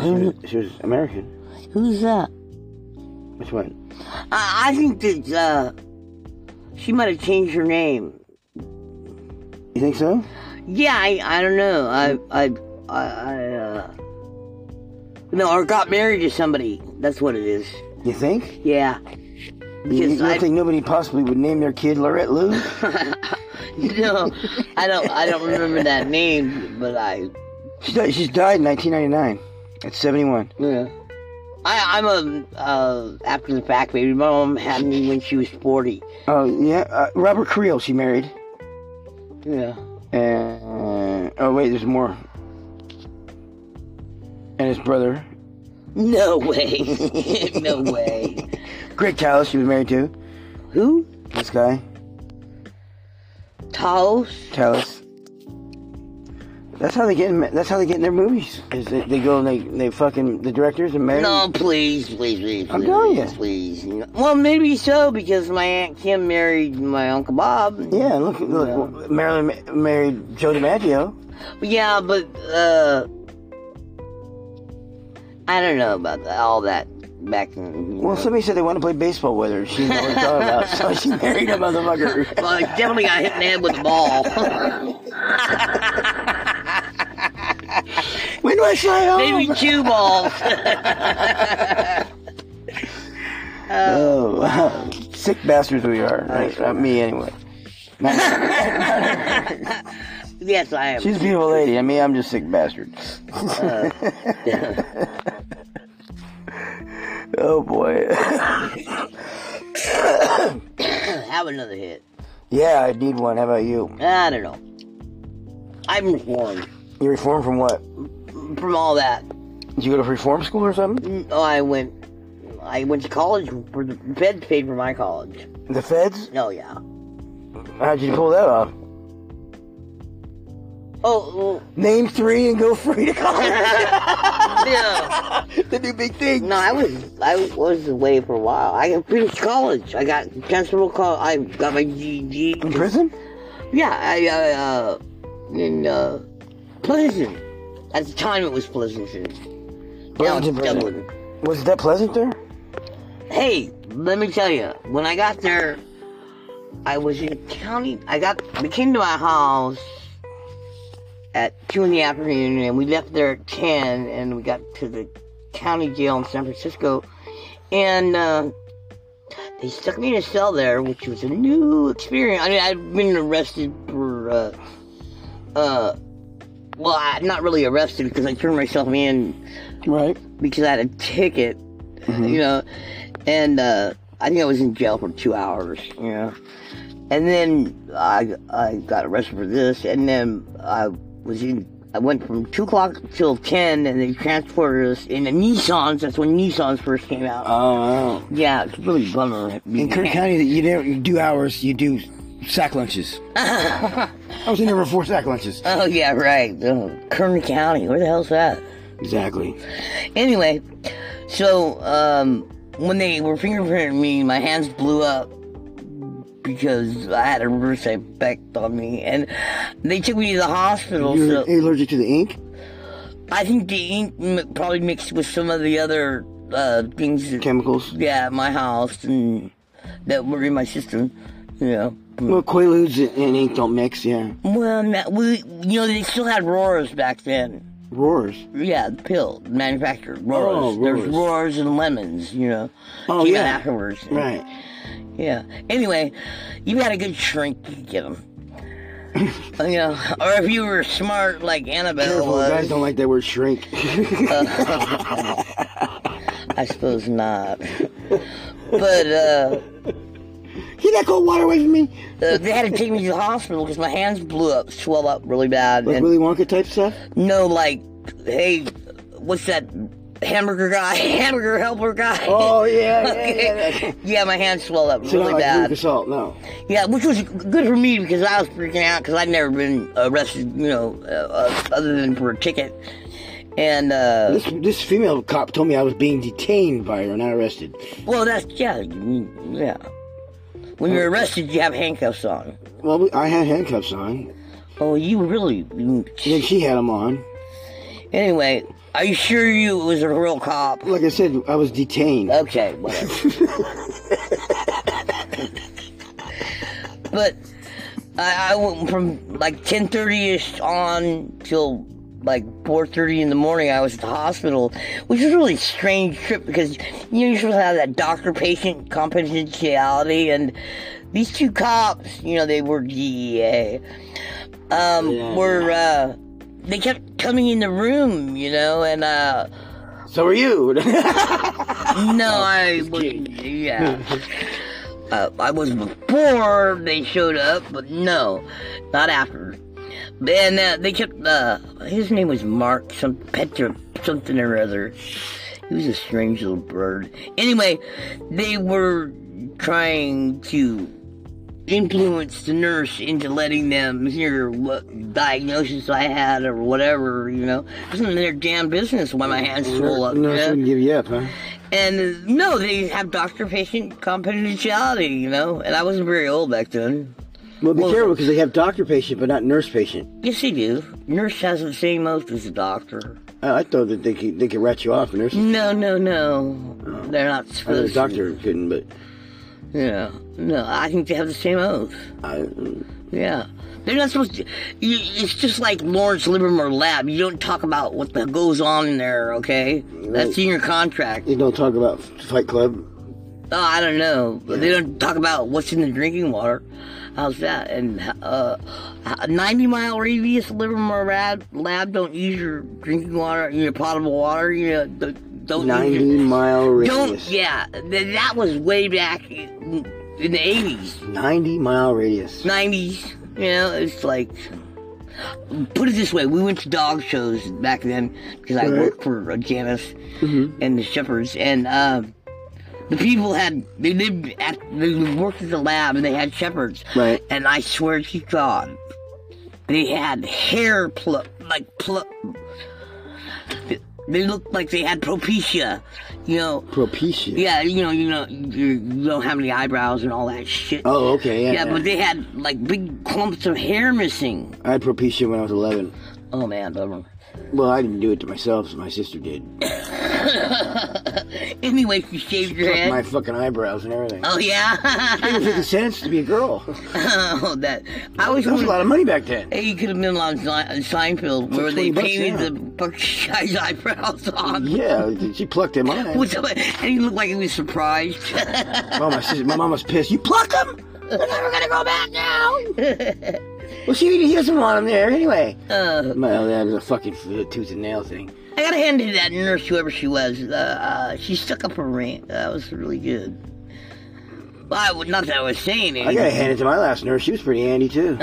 She was, she was American. Who's that? Which one? I, I think that uh, she might have changed her name. You think so? Yeah, I, I don't know. I I I, I uh, no, or got married to somebody. That's what it is. You think? Yeah. *laughs* You, you Because don't I- think nobody possibly would name their kid Lorette Lou? No, I don't. I don't remember that name, but I. She died, she's died in 1999 at 71. Yeah. I, I'm a uh, after the fact baby. My mom had me when she was forty. Oh, yeah. Uh, Robert Creel, she married. Yeah. And, oh, wait, there's more. And his brother, No way. *laughs* no way. Greg Talos, she was married to. Who? This guy, Taos? Talos. That's how they get. In, that's how they get in their movies. Is they, they go and they they fucking the directors and marry. No, please, please, please, please, I'm telling you. please. No- Well, maybe so because my aunt Kim married my uncle Bob. Yeah, look, look. Marilyn ma- married Joe DiMaggio. Yeah, but uh, I don't know about that, all that back in. you Well, know. somebody said they want to play baseball with her. She didn't know what to talk about, *laughs* so she married a motherfucker. *laughs* Well, I definitely got hit in the head with a ball. *laughs* when do I fly home? maybe two *laughs* balls. *laughs* *laughs* Oh, wow. sick bastards we are. Right? Not me, anyway. Not- yes, I Uh, am. She's a beautiful lady. I mean, I'm just sick bastard. *laughs* *laughs* oh boy. *laughs* *coughs* Have another hit. yeah, I need one. How about you? I don't know. I'm reformed You reformed from what? from all that. Did you go to reform school or something? Oh, I went. I went to college. For the feds paid for my college. The feds? Oh yeah. How'd you pull that off? Oh, Name three and go free *laughs* to college. well, yeah. the new big thing. No, I was I was away for a while. I finished college. I got Jacksonville College. I got my GED. In prison? Yeah, I uh, uh in uh Pleasanton. At the time, it was Pleasanton. Now it's Pleasanton prison. Dublin. Was it that pleasant there? Hey, let me tell you. When I got there, I was in county. I got we came to my house at two in the afternoon, and we left there at ten, and we got to the county jail in San Francisco, and uh, they stuck me in a cell there, which was a new experience. I mean, I'd been arrested for. Uh, uh, well, I, not really arrested because I turned myself in Right. because I had a ticket, *laughs* Mm-hmm. you know, and uh, I think I was in jail for two hours, you know, and then I I got arrested for this, and then I was in. I went from two o'clock till ten, and they transported us in the Nissans. That's when Nissans first came out. Oh, wow. yeah, it's really bummer. In *laughs* Kirk County, you never you do hours. You do sack lunches. *laughs* I was in there for four sack lunches. Oh yeah, right. Oh, Kern County. Where the hell's that? Exactly. Anyway, so um, when they were fingerprinting me, my hands blew up because I had a reverse effect on me, and they took me to the hospital. So You're allergic to the ink. I think the ink m- probably mixed with some of the other uh, things. That, Chemicals. Yeah, at my house and that were in my system. You know. Well, Quaaludes and ink don't mix. Yeah. Well, na- we you know they still had roars back then. Roars. Yeah, the pill manufactured roars. Oh, There's roars. roars and lemons, you know. Oh, Came out yeah. afterwards. Right. Yeah. Anyway, you had a good shrink to get *laughs* them. you know, or if you were smart like Annabelle Careful, was, Uh, guys don't like that word shrink. *laughs* *laughs* I suppose not. but uh, Get that cold water away from me. uh, they had to take me to the hospital because my hands blew up, swelled up really bad, Like and Willy Wonka type stuff. no, like, hey, what's that hamburger guy, *laughs* hamburger helper guy? Oh yeah, yeah, *laughs* yeah. yeah. yeah, *laughs* my hands swelled up So really not like bad. Lucas Salt, no. Yeah, which was good for me because I was freaking out because I'd never been arrested, you know, uh, uh, other than for a ticket. And, uh, This this female cop told me I was being detained by her, not arrested. well, that's, yeah, you- yeah. When you're arrested, you have handcuffs on. Well, we- I had handcuffs on. Oh, you really. Then she had them on. Anyway, are you sure you it was a real cop? Like I said, I was detained. Okay, *laughs* whatever. but I, I went from like ten thirty ish on till like four thirty in the morning. I was at the hospital, which was a really strange trip because you know you're supposed to have that doctor patient confidentiality, and these two cops, you know, they were DEA, um, Yeah. were uh, they kept coming in the room, you know, and uh. So are you? *laughs* No, I was *laughs* yeah. uh, I was before they showed up, but no, not after. And uh, they kept uh, his name was Mark some Petra something or other. He was a strange little bird. Anyway, they were trying to influence the nurse into letting them hear what diagnosis I had or whatever, you know. It's none of their damn business why my hands full up. no, you she know? wouldn't give you up, huh? Uh-huh. And uh, no, they have doctor patient confidentiality, you know? And I wasn't very old back then. Well, be Well- careful because they have doctor patient, but not nurse patient. Yes, they do. Nurse has the same oath as a doctor. Oh, I, I thought that they could they could rat you off, nurse. No, no, no. They're not I know the supposed doctor couldn't, but to. Yeah. No, I think they have the same oath. I, uh, Yeah. They're not supposed to. You, it's just like Lawrence Livermore Lab. You don't talk about what the, goes on in there, okay? That's in your contract. you don't talk about Fight Club. Oh, I don't know. But They don't talk about what's in the drinking water. How's that? And uh, a 90 mile radius Livermore lab, lab don't use your drinking water, your potable water. You know, don't- don't use Ninety your- mile Don't. radius. Yeah, th- that was way back in in the 80s, Ninety mile radius. 90s. You know, it's like. Put it this way, we went to dog shows back then because I Right. Mm-hmm. worked for uh, Janice and the Shepherds, and um, the people had they lived at they worked at the lab and they had shepherds. Right. And I swear to God, they had hair pluck like pluck. They looked like they had propecia, you know. Propecia. Yeah, you know, you know, you don't have any eyebrows and all that shit. Oh, okay. Yeah. yeah, but they had like big clumps of hair missing. I had propecia when I was eleven. Oh man, bummer. Well, I didn't do it to myself, so my sister did. anyway, you shaved your Fuck head. my fucking eyebrows and everything. Oh *laughs* yeah. *laughs* 50 cents to be a girl. oh, that. I was. That was a lot of money back then. Hey, you could have been on Se- Seinfeld where they 20 bucks, painted yeah. the Berkshire *laughs* guy's eyebrows on. Yeah, she *laughs* plucked him on. What's up? And he looked like he was surprised. *laughs* Well, my, sister, my mom was pissed. You plucked him? We're never gonna go back now. *laughs* Well, she he doesn't want him there anyway. uh, My other dad was a fucking f- uh, tooth and nail thing. I gotta hand it to that nurse, whoever she was. Uh, uh, she stuck up her rant. That was really good. Well, I would not that I was saying I gotta it. hand it to my last nurse. She was pretty *laughs* handy too.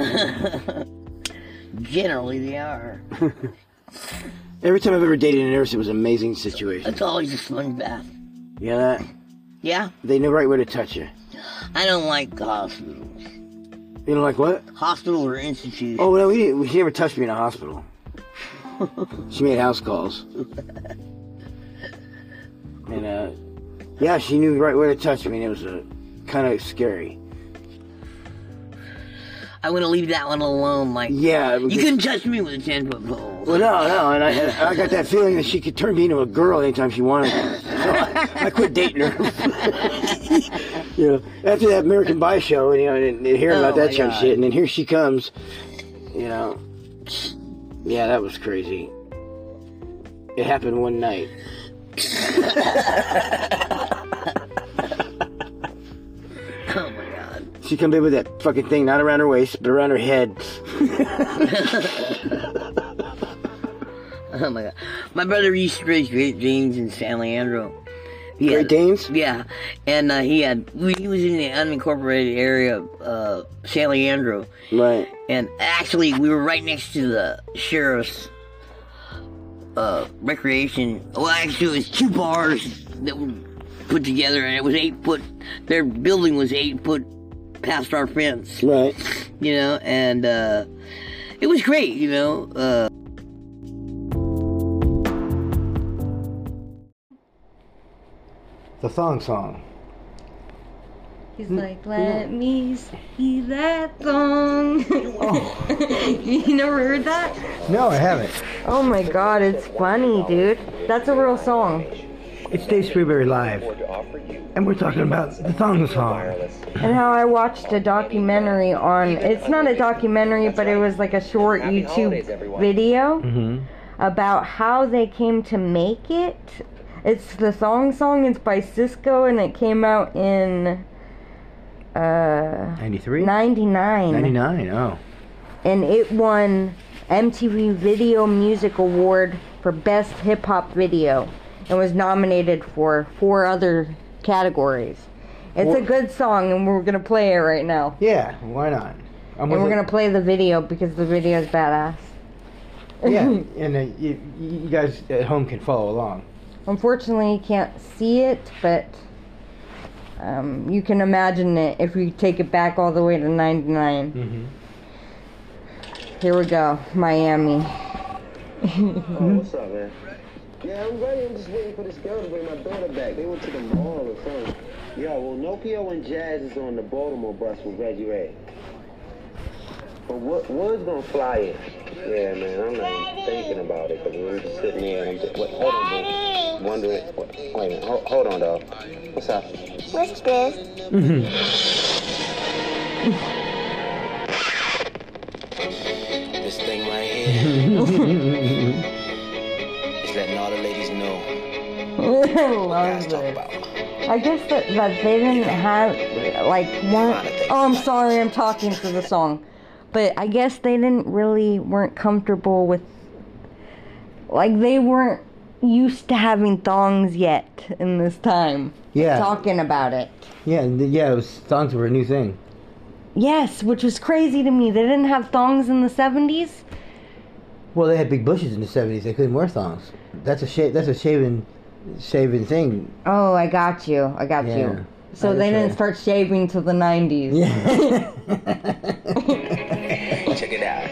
Generally, they are. Every time I've ever dated a nurse, it was an amazing situation. It's always a sponge bath. You know that? Yeah, They know right where to touch you. I don't like hospitals. You know, like what? Hospitals or institutions. Oh no, we didn't. She never touched me in a hospital. *laughs* she made house calls. and uh, yeah, she knew right where to touch me, and it was uh, kind of scary. I want to leave that one alone. Like, Yeah. you because- couldn't touch me with a ten foot pole. Well, no, no, and I, and I got that feeling that she could turn me into a girl anytime she wanted. to. So I, I quit dating her. *laughs* you know, after that American Pie show, and you know, and, and hearing about Oh, that my kind of God. shit, and then here she comes. You know, yeah, that was crazy. It happened one night. *laughs* Oh my god. She come in with that fucking thing, not around her waist, but around her head. Oh my god. My brother used to raise Great Danes in San Leandro. He Great had- Danes. Yeah, and uh, he had we- he was in the unincorporated area of uh, San Leandro, Right. and actually we were right next to the sheriff's uh, recreation. Well, actually, it was two bars that were put together, and it was eight foot. Their building was eight foot past our fence Right. you know, and uh, it was great, you know. Uh, *laughs* The thong song. He's like, let me see that *laughs* thong. *laughs* you never heard that? No, I haven't. Oh my god, it's funny, dude. That's a real song. It's Dave Sprewberry Live. And we're talking about the thong song. And how I watched a documentary on, it's not a documentary, but it was like a short YouTube video Mm-hmm. Mm-hmm. about how they came to make it. It's the song song, it's by Cisco, and it came out in uh, 93? 99. 99, oh. and it won MTV Video Music Award for Best Hip Hop Video and was nominated for four other categories. It's a good song, and we're gonna play it right now. Yeah, why not? I'm And we're gonna play the video because the video is badass. yeah, *laughs* and uh, you, you guys at home can follow along. Unfortunately, you can't see it, but um, you can imagine it if we take it back all the way to 99. Here we go, Miami. What's up, man? Yeah, I'm ready. I'm just waiting for this girl to bring my daughter back. They went to the mall or something. Yo, well, Nokio and Jazz is on the Baltimore bus with Reggie Ray. But what, Wood's gonna fly it. Yeah, man, I'm not even thinking about it because we're just sitting here and I'm just, what, hold on, boo. Wondering, what, wait a minute, hold, hold on, dog. What's up? What's *laughs* this? Mm-hmm. *laughs* *laughs* This thing right here *laughs* is letting all the ladies know *laughs* I love this. I guess that, that they didn't have like one oh I'm sorry, I'm talking to the song. But I guess they didn't really weren't comfortable with like they weren't used to having thongs yet in this time. Yeah. Talking about it. Yeah, and the- yeah, it was, thongs were a new thing. Yes, which was crazy to me. They didn't have thongs in the 70s. Well, they had big bushes in the '70s. They couldn't wear thongs. That's a sha- that's a shaven, shaven thing. Oh, I got you. I got Yeah. you. So they didn't start shaving till the 90s. *laughs* Check it out.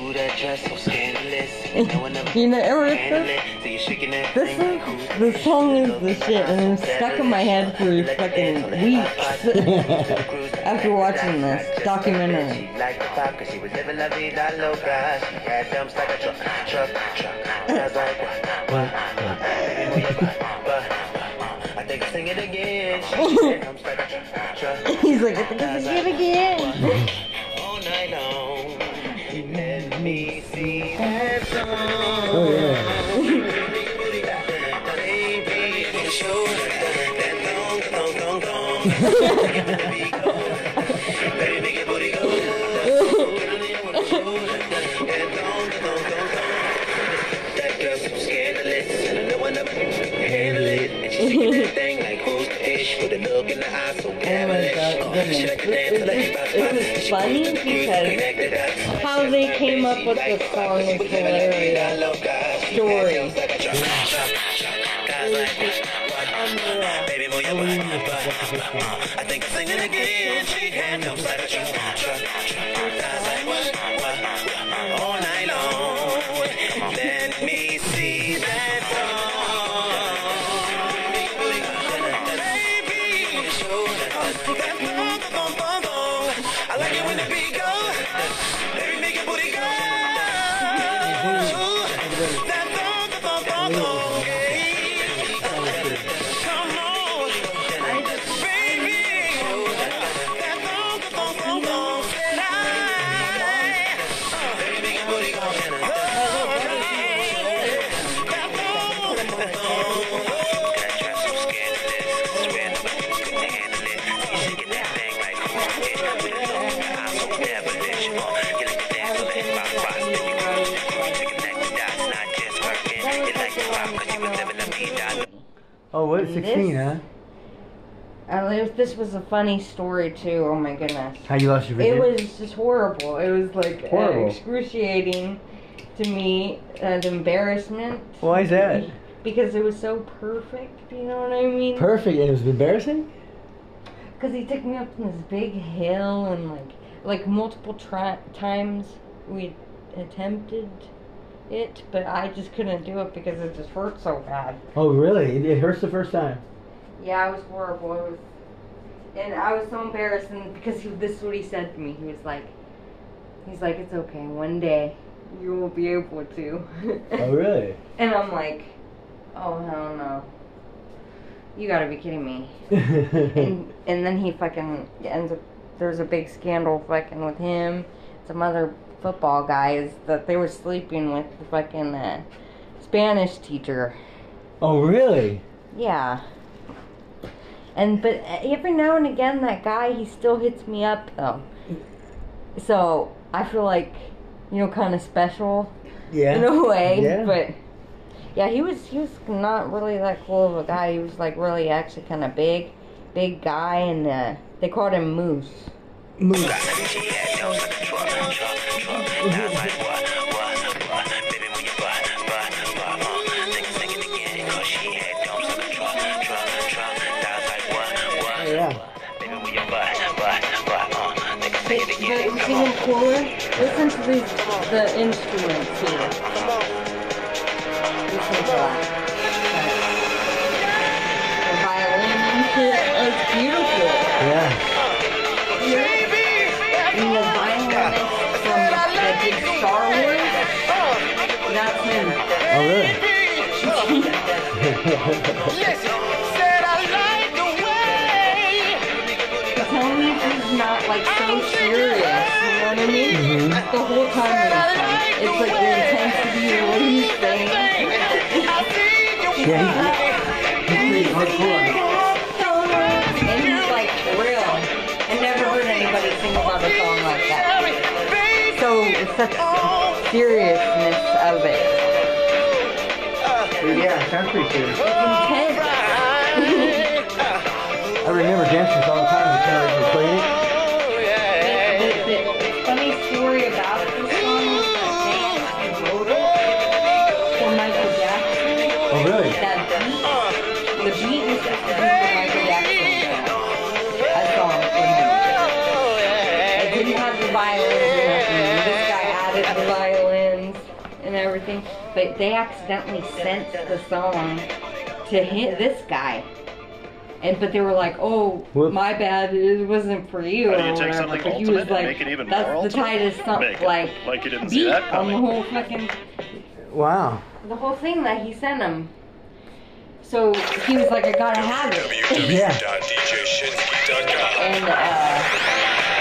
Ooh, that dress so scandalous. No one ever *laughs* You know, it was handle it. So you're shaking that This thing. is the song is the shit, and it's stuck in my head for fucking weeks. *laughs* After watching this documentary. She liked the pop 'cause she was living la vida loca. She had dumps like a truck, truck, truck. I was like, what? What? What? What? What? *laughs* He's like, I think it's a gig again. All night long. Let me see that Oh, yeah. baby in the shoulder. That long, long, long, long. *laughs* It was funny because how they came up with the song is hilarious. Story. Oh, what? 16, huh? I believe this was a funny story too. Oh my goodness. How you lost your It virginity? was just horrible. It was like uh, Horrible. excruciating to me, uh, the embarrassment. Why is that? Because it was so perfect, you know what I mean? Perfect, and it was embarrassing? Because he took me up on this big hill and like, like multiple tri- times we attempted it, but I just couldn't do it because it just hurt so bad. Oh, really? It, it hurts the first time. Yeah, it was horrible. It was, and I was so embarrassed, and because he, this is what he said to me. He was like, he's like, it's okay. One day, you will be able to. Oh, really? and I'm like, oh hell no. You gotta be kidding me. And and then he fucking ends up. There's a big scandal fucking with him, some other football guys that they were sleeping with the fucking uh, Spanish teacher. oh, really? Yeah. And but every now and again, that guy he still hits me up though. So I feel like, you know, kind of special Yeah. in a way. Yeah. But yeah, he was he was not really that cool of a guy. He was like really actually kind of big, big guy, and uh, they called him Moose. uh. Oh, yeah. But, but it's even cooler. Listen to these the instruments here. Listen to that. The violin and shit. It's beautiful. Yeah. And the violin from the big Star Wars. That's him. Oh, really? Tell me if he's not like so serious. You know what I mean? The whole time it was fun. It's like the intensity of what he's saying. yeah. And he's like real. I never heard anybody sing about a song like that. So it's such seriousness of it. *laughs* Yeah, sounds pretty serious. Intense. *laughs* I remember dancing all the time until I was playing it. Oh, The, the funny story about this song was that they wrote it for Michael Jackson. Oh, really? that beat, the beat was just the beat of Michael Jackson a song for him. It didn't have the violins or nothing. This guy added the violins and everything, but they accidentally sent the song to hit this guy. And but they were like, "Oh, Whoops. my bad, it wasn't for you." How do you take or whatever. something but he ultimate was and like, make it even "That's more the ultimate? tightest song, Make it like, like you didn't beat see that on the coming. whole fucking Wow. the whole thing that he sent him. So he was like, I gotta have it. Yeah. www.djshinsky.com. and uh,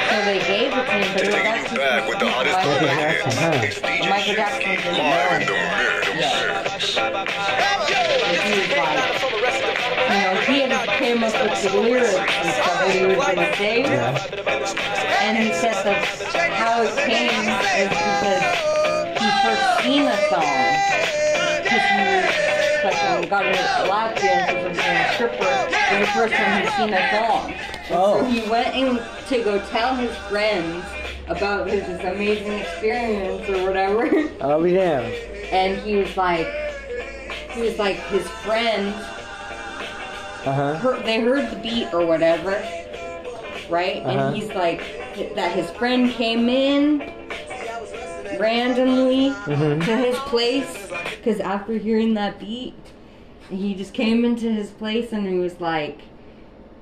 so they gave it to me, but it was Taking you actually back with the hottest Michael on the Jackson. internet. It's DJ Michael Jackson Shinsky did it live in the wrong. mix. And he was like, you know, he had came up with the lyrics and stuff that he was gonna sing. And he said that how it came is because he first seen a song. Because he was like, um, got in a lap dance with a stripper. It was the first time he'd seen a song. And Oh. So he went in to go tell his friends about his, his amazing experience or whatever. *laughs* I'll be damned. And he was like, he was like, his friend Uh huh. heard, they heard the beat or whatever, right? Uh-huh. And he's like, that his friend came in randomly to his place because after hearing that beat, he just came into his place and he was like,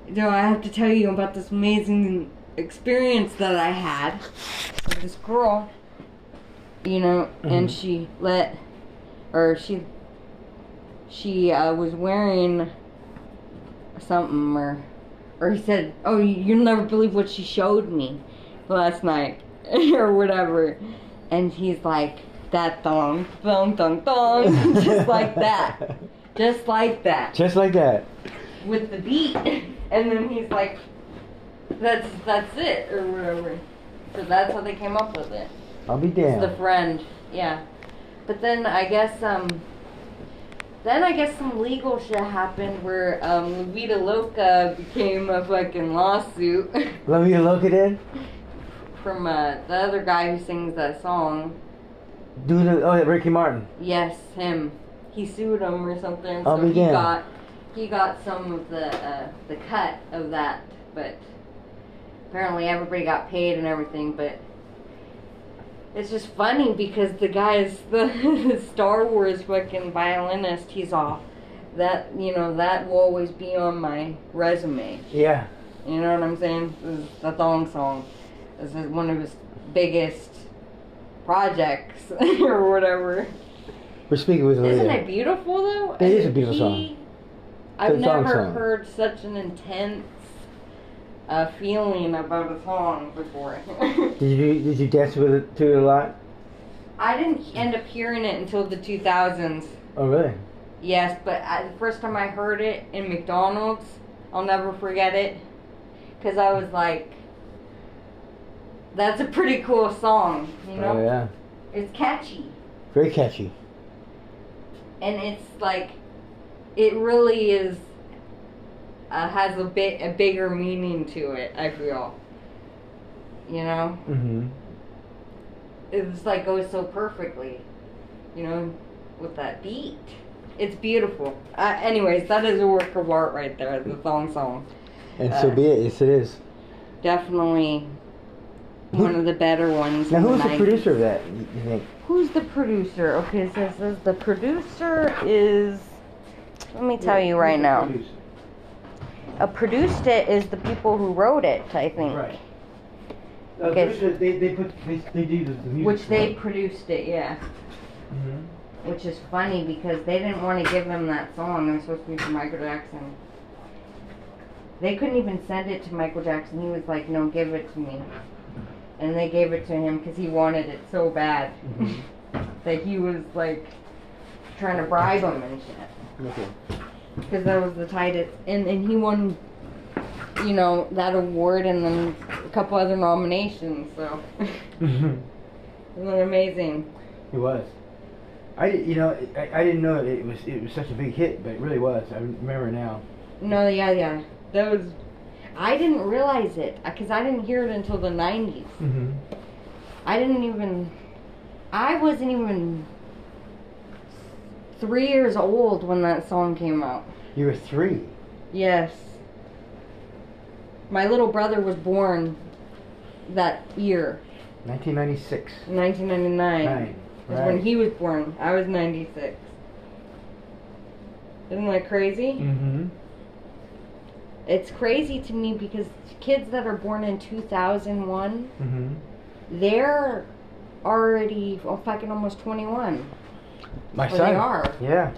"No, I have to tell you about this amazing experience that I had with this girl." You know, and she let, or she, she uh, was wearing something or or he said, "Oh, you- you'll never believe what she showed me last night *laughs* or whatever." And he's like, "That thong, thong, thong, thong," *laughs* just like that, just like that, Just like that. with the beat. *laughs* And then he's like, "That's that's it," or whatever. So that's how they came up with it I'll be damned. the friend yeah but then i guess um then i guess some legal shit happened where um levita loca became a fucking lawsuit *laughs* Let me look at it. from uh the other guy who sings that song Do the oh Ricky Martin. yes him he sued him or something I'll so be he damned. got he got some of the uh the cut of that but apparently everybody got paid and everything but It's just funny because the guy is *laughs* the Star Wars fucking violinist. He's all that you know that will always be on my resume. Yeah. You know what I'm saying? This is The thong song. This is one of his biggest projects *laughs* or whatever. We're speaking with Isn't Lita. it beautiful though? It is a beautiful song. I've It's a thong never song. heard such an intense uh, feeling about a song before. *laughs* Did you did you dance with it to it a lot? I didn't end up hearing it until the 2000s. Oh really? Yes, but I, the first time I heard it in McDonald's, I'll never forget it. Because I was like, that's a pretty cool song, you know? Oh yeah. It's catchy. Very catchy. And it's like, it really is, uh, has a bit, a bigger meaning to it, I feel. You know? Mm-hmm. It was like goes so perfectly, you know, with that beat. It's beautiful. Uh, anyways, that is a work of art right there, the thong song. And Uh, so be it. Yes, it is. Definitely one of the better ones. Now in who was the the 90s. producer of that? You you think? Who's the producer? Okay, so it says the producer is. Let me tell you right now. Mm-hmm. A Uh, produced it is the people who wrote it, I think. Uh, Okay. producer, They, they put they, they do the, music. Which they produced it, yeah. Which is funny because they didn't want to give him that song. It was supposed to be for Michael Jackson. They couldn't even send it to Michael Jackson. He was like, no, give it to me. And they gave it to him because he wanted it so bad that he was like trying to bribe him and shit. Okay. Because that was the tightest. And, and he won, you know, that award and then a couple other nominations. So, isn't it amazing? It was. I di- you know I, I didn't know it was it was such a big hit, but it really was. I remember now. No, yeah, yeah. That was. I didn't realize it because I didn't hear it until the 90s. Mm-hmm. I didn't even. I wasn't even three years old when that song came out. You were three. Yes. My little brother was born that year, 1996. in 1999. Nine. Is when he was born. I was 96. Isn't that crazy? Mm-hmm. It's crazy to me because kids that are born in 2001, Mm-hmm. they're already oh, fucking almost 21. My Well, son. they are. Yeah.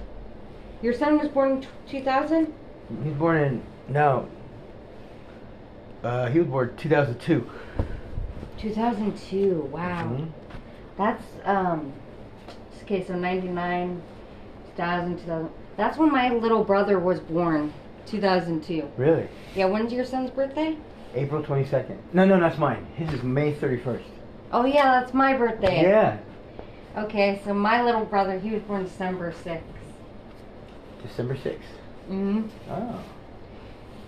Your son was born in 2000? He's born in no. Uh, he was born 2002. 2002. Wow. Mm-hmm. Mhm. That's um. Okay, so 99, 2000, 2000. That's when my little brother was born. 2002. Really? Yeah. When's your son's birthday? April 22nd. No, no, that's mine. His is May 31st. Oh yeah, that's my birthday. Yeah. Okay, so my little brother, he was born December 6th. December 6th. Mm-hmm. Oh.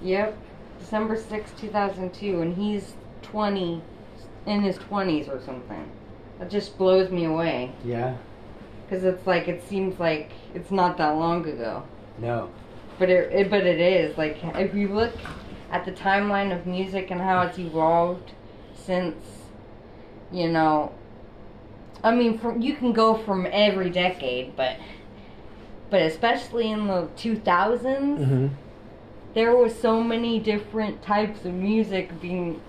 Yep. December 6th, 2002, and he's 20, in his 20s or something. That just blows me away. Yeah. Because it's like, it seems like it's not that long ago. No. But it, it, but it is. Like, if you look at the timeline of music and how it's evolved since, you know, I mean, from, you can go from every decade, but, but especially in the 2000s, Mm-hmm. there was so many different types of music being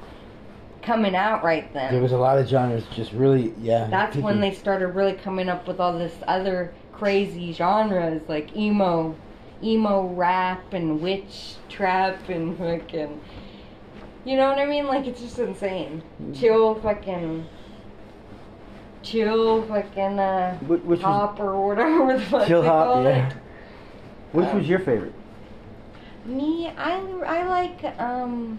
coming out right then. There was a lot of genres, just really, yeah. That's when people- they started really coming up with all this other crazy genres like emo, emo rap and witch trap and fucking, you know what I mean? Like it's just insane. Mm-hmm. Chill fucking, chill fucking uh, Wh- which was- hop or whatever *laughs* the fuck Chill they hop. call it. Yeah. Which Um, was your favorite? Me, I, I like, um.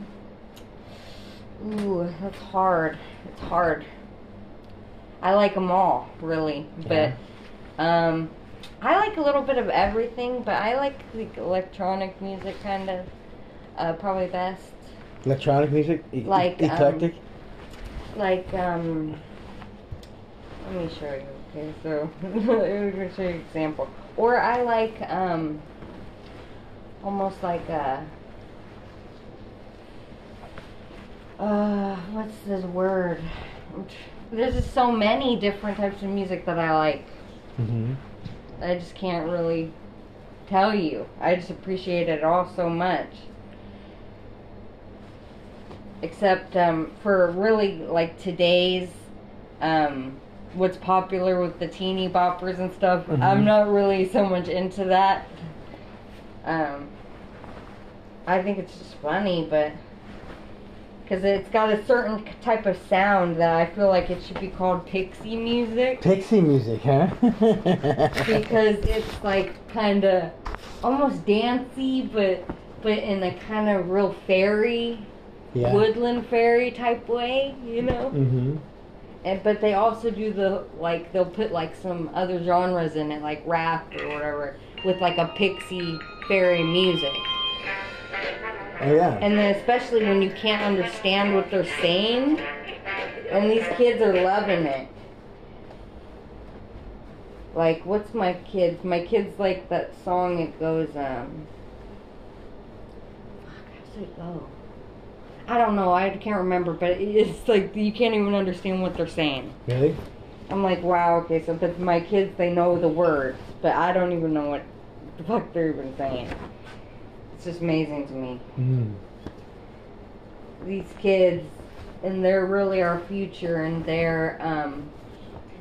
Ooh, that's hard. It's hard. I like them all, really. But, um. I like a little bit of everything, but I like the electronic music kind of uh, probably best. Electronic music? E- Like, um, eclectic? Like, um. Let me show you. Okay, so. *laughs* let me show you an example. Or I like, um. Almost like a. Uh, what's this word? I'm tr- There's just so many different types of music that I like. mm-hmm. I just can't really tell you. I just appreciate it all so much. Except um, for really like today's um, what's popular with the teeny boppers and stuff. I'm Mhm. not really so much into that. Um, I think it's just funny, but because it's got a certain type of sound that I feel like it should be called pixie music Pixie music, huh? because it's like kind of almost dancey, but but in a kind of real fairy, Yeah. woodland fairy type way, you know. Mm-hmm. And but they also do the like they'll put like some other genres in it, like rap or whatever, with like a pixie fairy music. Oh, yeah. And then especially when you can't understand what they're saying, and these kids are loving it. Like, what's my kids? My kids like that song. It goes, um. Fuck, how's it go? I don't know. I can't remember, but it's like you can't even understand what they're saying. Really? I'm like, wow, okay, so but my kids they know the words, but I don't even know what the fuck they're even saying. It's just amazing to me. Mm-hmm. Mm. These kids and they're really our future and they're um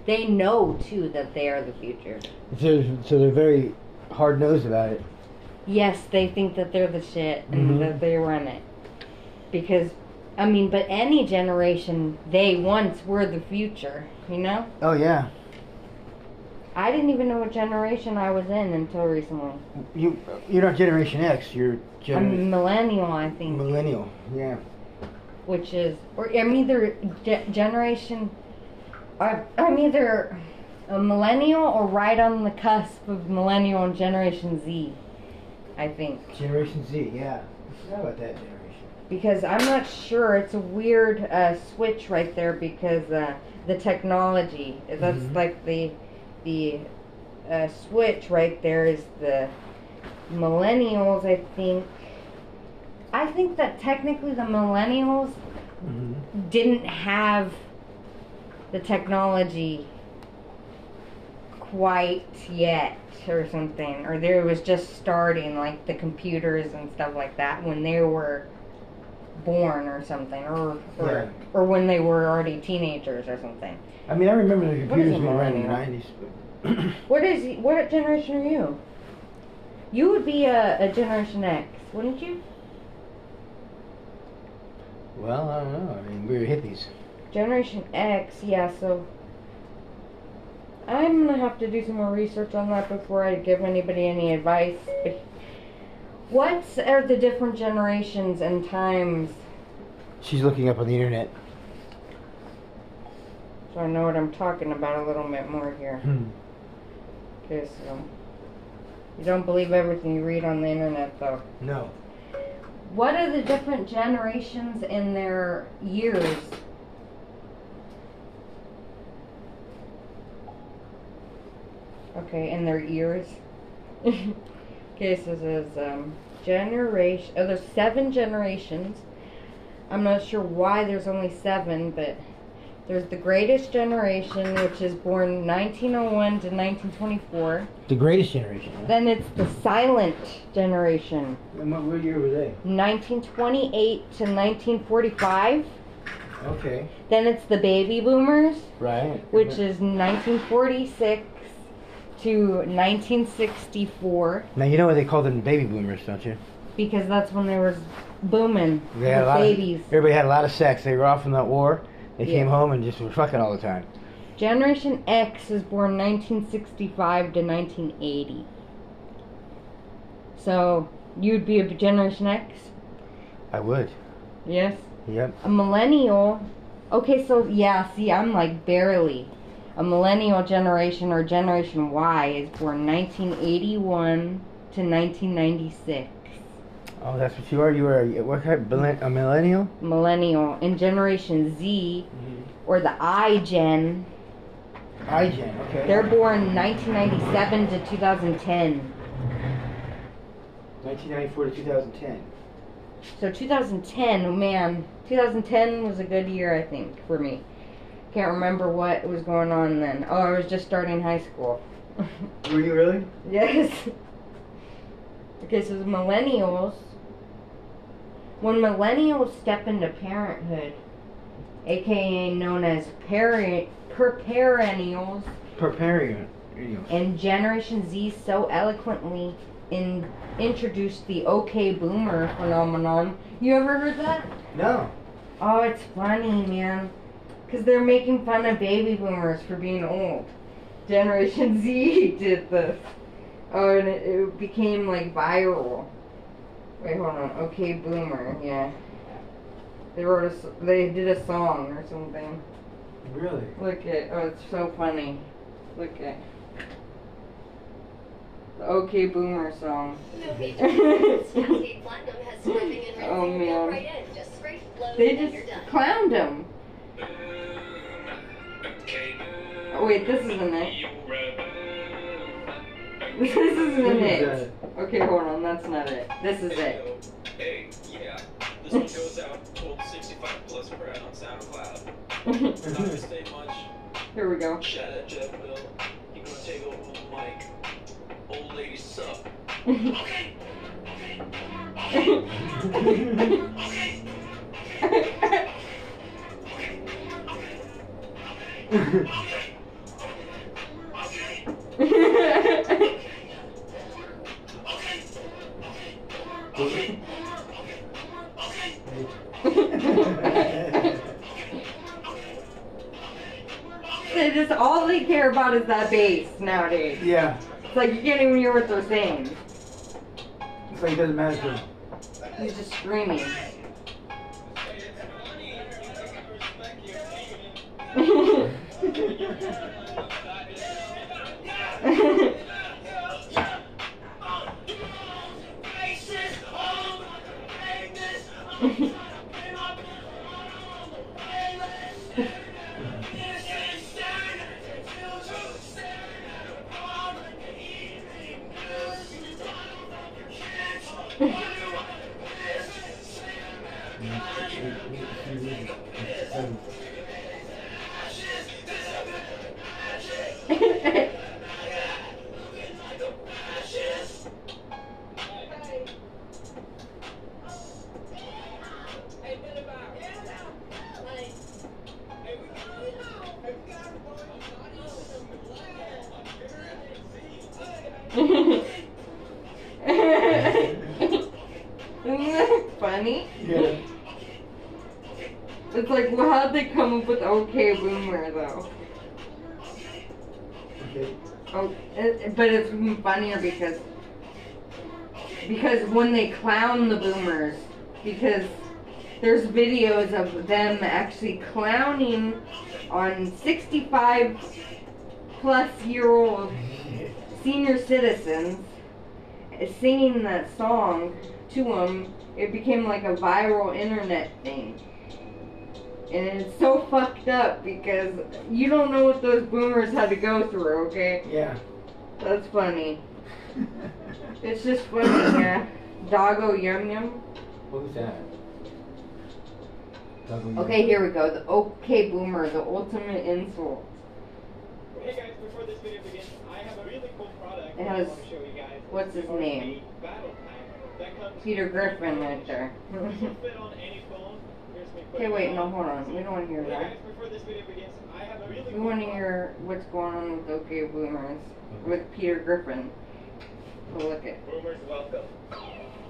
they know too that they are the future. *laughs* So, so they're very hard nosed about it. Yes, they think that they're the shit and Mhm. that they run it. Because I mean, but any generation, they once were the future, you know? Oh, yeah. I didn't even know what generation I was in until recently. You, you're not Generation X, you're I'm a Generation millennial, I think. Millennial. Yeah. Which is, or I'm either ge- generation, I- I'm either a millennial or right on the cusp of millennial and Generation Z, I think. Generation Z, yeah. I forgot about that generation. Because I'm not sure, it's a weird uh, switch right there because uh, the technology, that's Mhm. like the, the uh, switch right there is the millennials, I think. I think that technically the millennials Mm-hmm. didn't have the technology quite yet or something or there was just starting like the computers and stuff like that when they were born or something or or, Yeah. or when they were already teenagers or something I mean, I remember the What is computers a being around in the millennial? 90s. what is what generation are you You would be a, a Generation X, wouldn't you? Well, I don't know. I mean, we were hippies. Generation X, yeah, so. I'm gonna have to do some more research on that before I give anybody any advice. But what are the different generations and times? She's looking up on the internet. So I know what I'm talking about a little bit more here. Hmm. Because um, you don't believe everything you read on the internet, though. No. What are the different generations in their years? Okay, in their years. *laughs* okay, so there's um, generation. Oh, there's seven generations. I'm not sure why there's only seven, but there's the greatest generation, which is born 1901 to 1924. The greatest generation. Then it's the silent generation. And what, what year were they? 1928 to 1945. Okay. Then it's the baby boomers, Right. which is 1946 to 1964, Now you know what they call them, baby boomers, don't you? because that's when they were booming They had a with lot babies. Of, everybody had a lot of sex. They were off in that war. They Yeah. came home and just were fucking all the time. Generation X is born 1965 to 1980. So you'd be a Generation X, I would. yes? Yep. A millennial. Okay, so yeah, see, I'm like barely. A millennial generation or Generation Y is born 1981 to 1996. Oh, that's what you are. You are a, what kind? millen- A millennial? Millennial and Generation Z or the I Gen, iGen. Okay. they're born 1997 to 2010. 1994 to 2010. So 2010, oh man, 2010 was a good year, I think, for me. Can't remember what was going on then. Oh, I was just starting high school. *laughs* Were you really? Yes. Okay, so the millennials. When millennials step into parenthood, aka known as parent perperennials, Preparing. and Generation Z so eloquently in, introduced the OK Boomer phenomenon. You ever heard that? No. Oh, it's funny, man. Because they're making fun of baby boomers for being old. Generation *laughs* Z did this. Oh, and it, it became like viral. Wait, hold on. Okay, boomer. Yeah. They wrote a. s- They did a song or something. *laughs* Really? Look at. Oh, it's so funny. Look at. The OK Boomer song. *laughs* oh man. They just clowned him. Oh, wait, this isn't it. *laughs* This isn't This it. is, Okay, hold on, that's not it. This is it. This one goes out cold 65 plus spread on SoundCloud. Not gonna say much. Mm-hmm. Here we go. Shout out Jeff Will. He gonna take over the mic. Old lady suck. *laughs* They just all they care about is that bass nowadays. Yeah. It's like you can't even hear what they're saying. It's like it doesn't matter to them. He's just screaming. *laughs* funny? It's like, well, how'd they come up with okay boomer though? Oh, it, but it's funnier because because when they clown the boomers, because there's videos of them actually clowning on 65 plus year old senior citizens uh, singing that song to them. It became like a viral internet thing. And it's so fucked up because you don't know what those boomers had to go through, okay? Yeah. That's funny. it's just funny, yeah. Doggo Yum Yum. Who's that? *laughs* Okay, here we go. The okay boomer, the ultimate insult. Hey guys, before this video begins, I have a *laughs* really cool product It that I has, want to show you guys. what's his It's called name? the Battle Pack. That comes Peter Griffin right there. *laughs* This will fit on any phone. Here's me okay, putting it wait, on. no, hold on. We don't want to hear Hey guys, that. before this video begins, I have a really We cool want to hear what's going on with okay boomers with Peter Griffin. Go look at. Boomers welcome.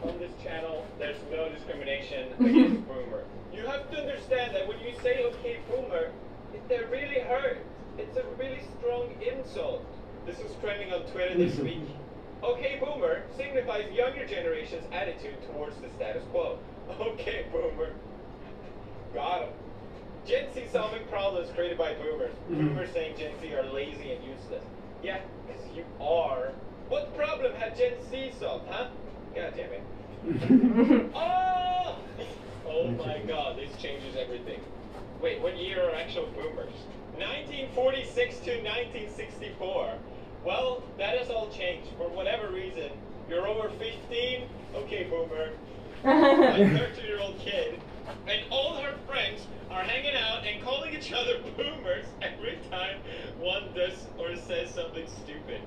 On this channel, there's no discrimination against boomer. You have to understand that when you say okay boomer, it, they really hurt. It's a really strong insult. This was trending on Twitter this week. Okay boomer signifies younger generation's attitude towards the status quo. *laughs* Okay boomer. Got him. Gen Z solving problems created by boomers. Boomers saying Gen Z are lazy and useless. Yeah, 'cause you are. What problem had Gen Z solved, huh? God damn it. oh! oh my god, this changes everything. Wait, what year are actual boomers? 1946 to 1964. Well, that has all changed for whatever reason. You're over 15? Okay, boomer. My 13 year old kid. And all her friends are hanging out and calling each other boomers every time one does or says something stupid.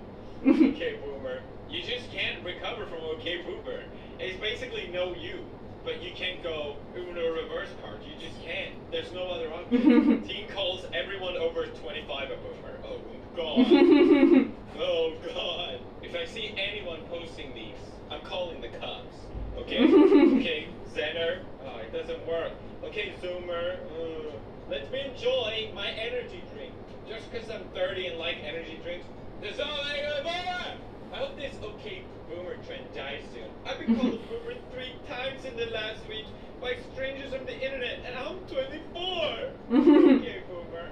Okay, boomer. You just can't recover from okay, boomer. It's basically no you, but you can't go Uno reverse card. You just can't. There's no other option. Teen calls everyone over 25 a boomer. Oh, God. oh, God. If I see anyone posting these, I'm calling the cops. Okay? okay, Zenner. Oh, it doesn't work. Okay, Zoomer. Uh, let me enjoy my energy drink. Just because I'm 30 and like energy drinks, that's all I got boomer! I hope this okay boomer trend dies soon. I've been called a boomer three times in the last week by strangers on the internet, and I'm 24! okay, boomer.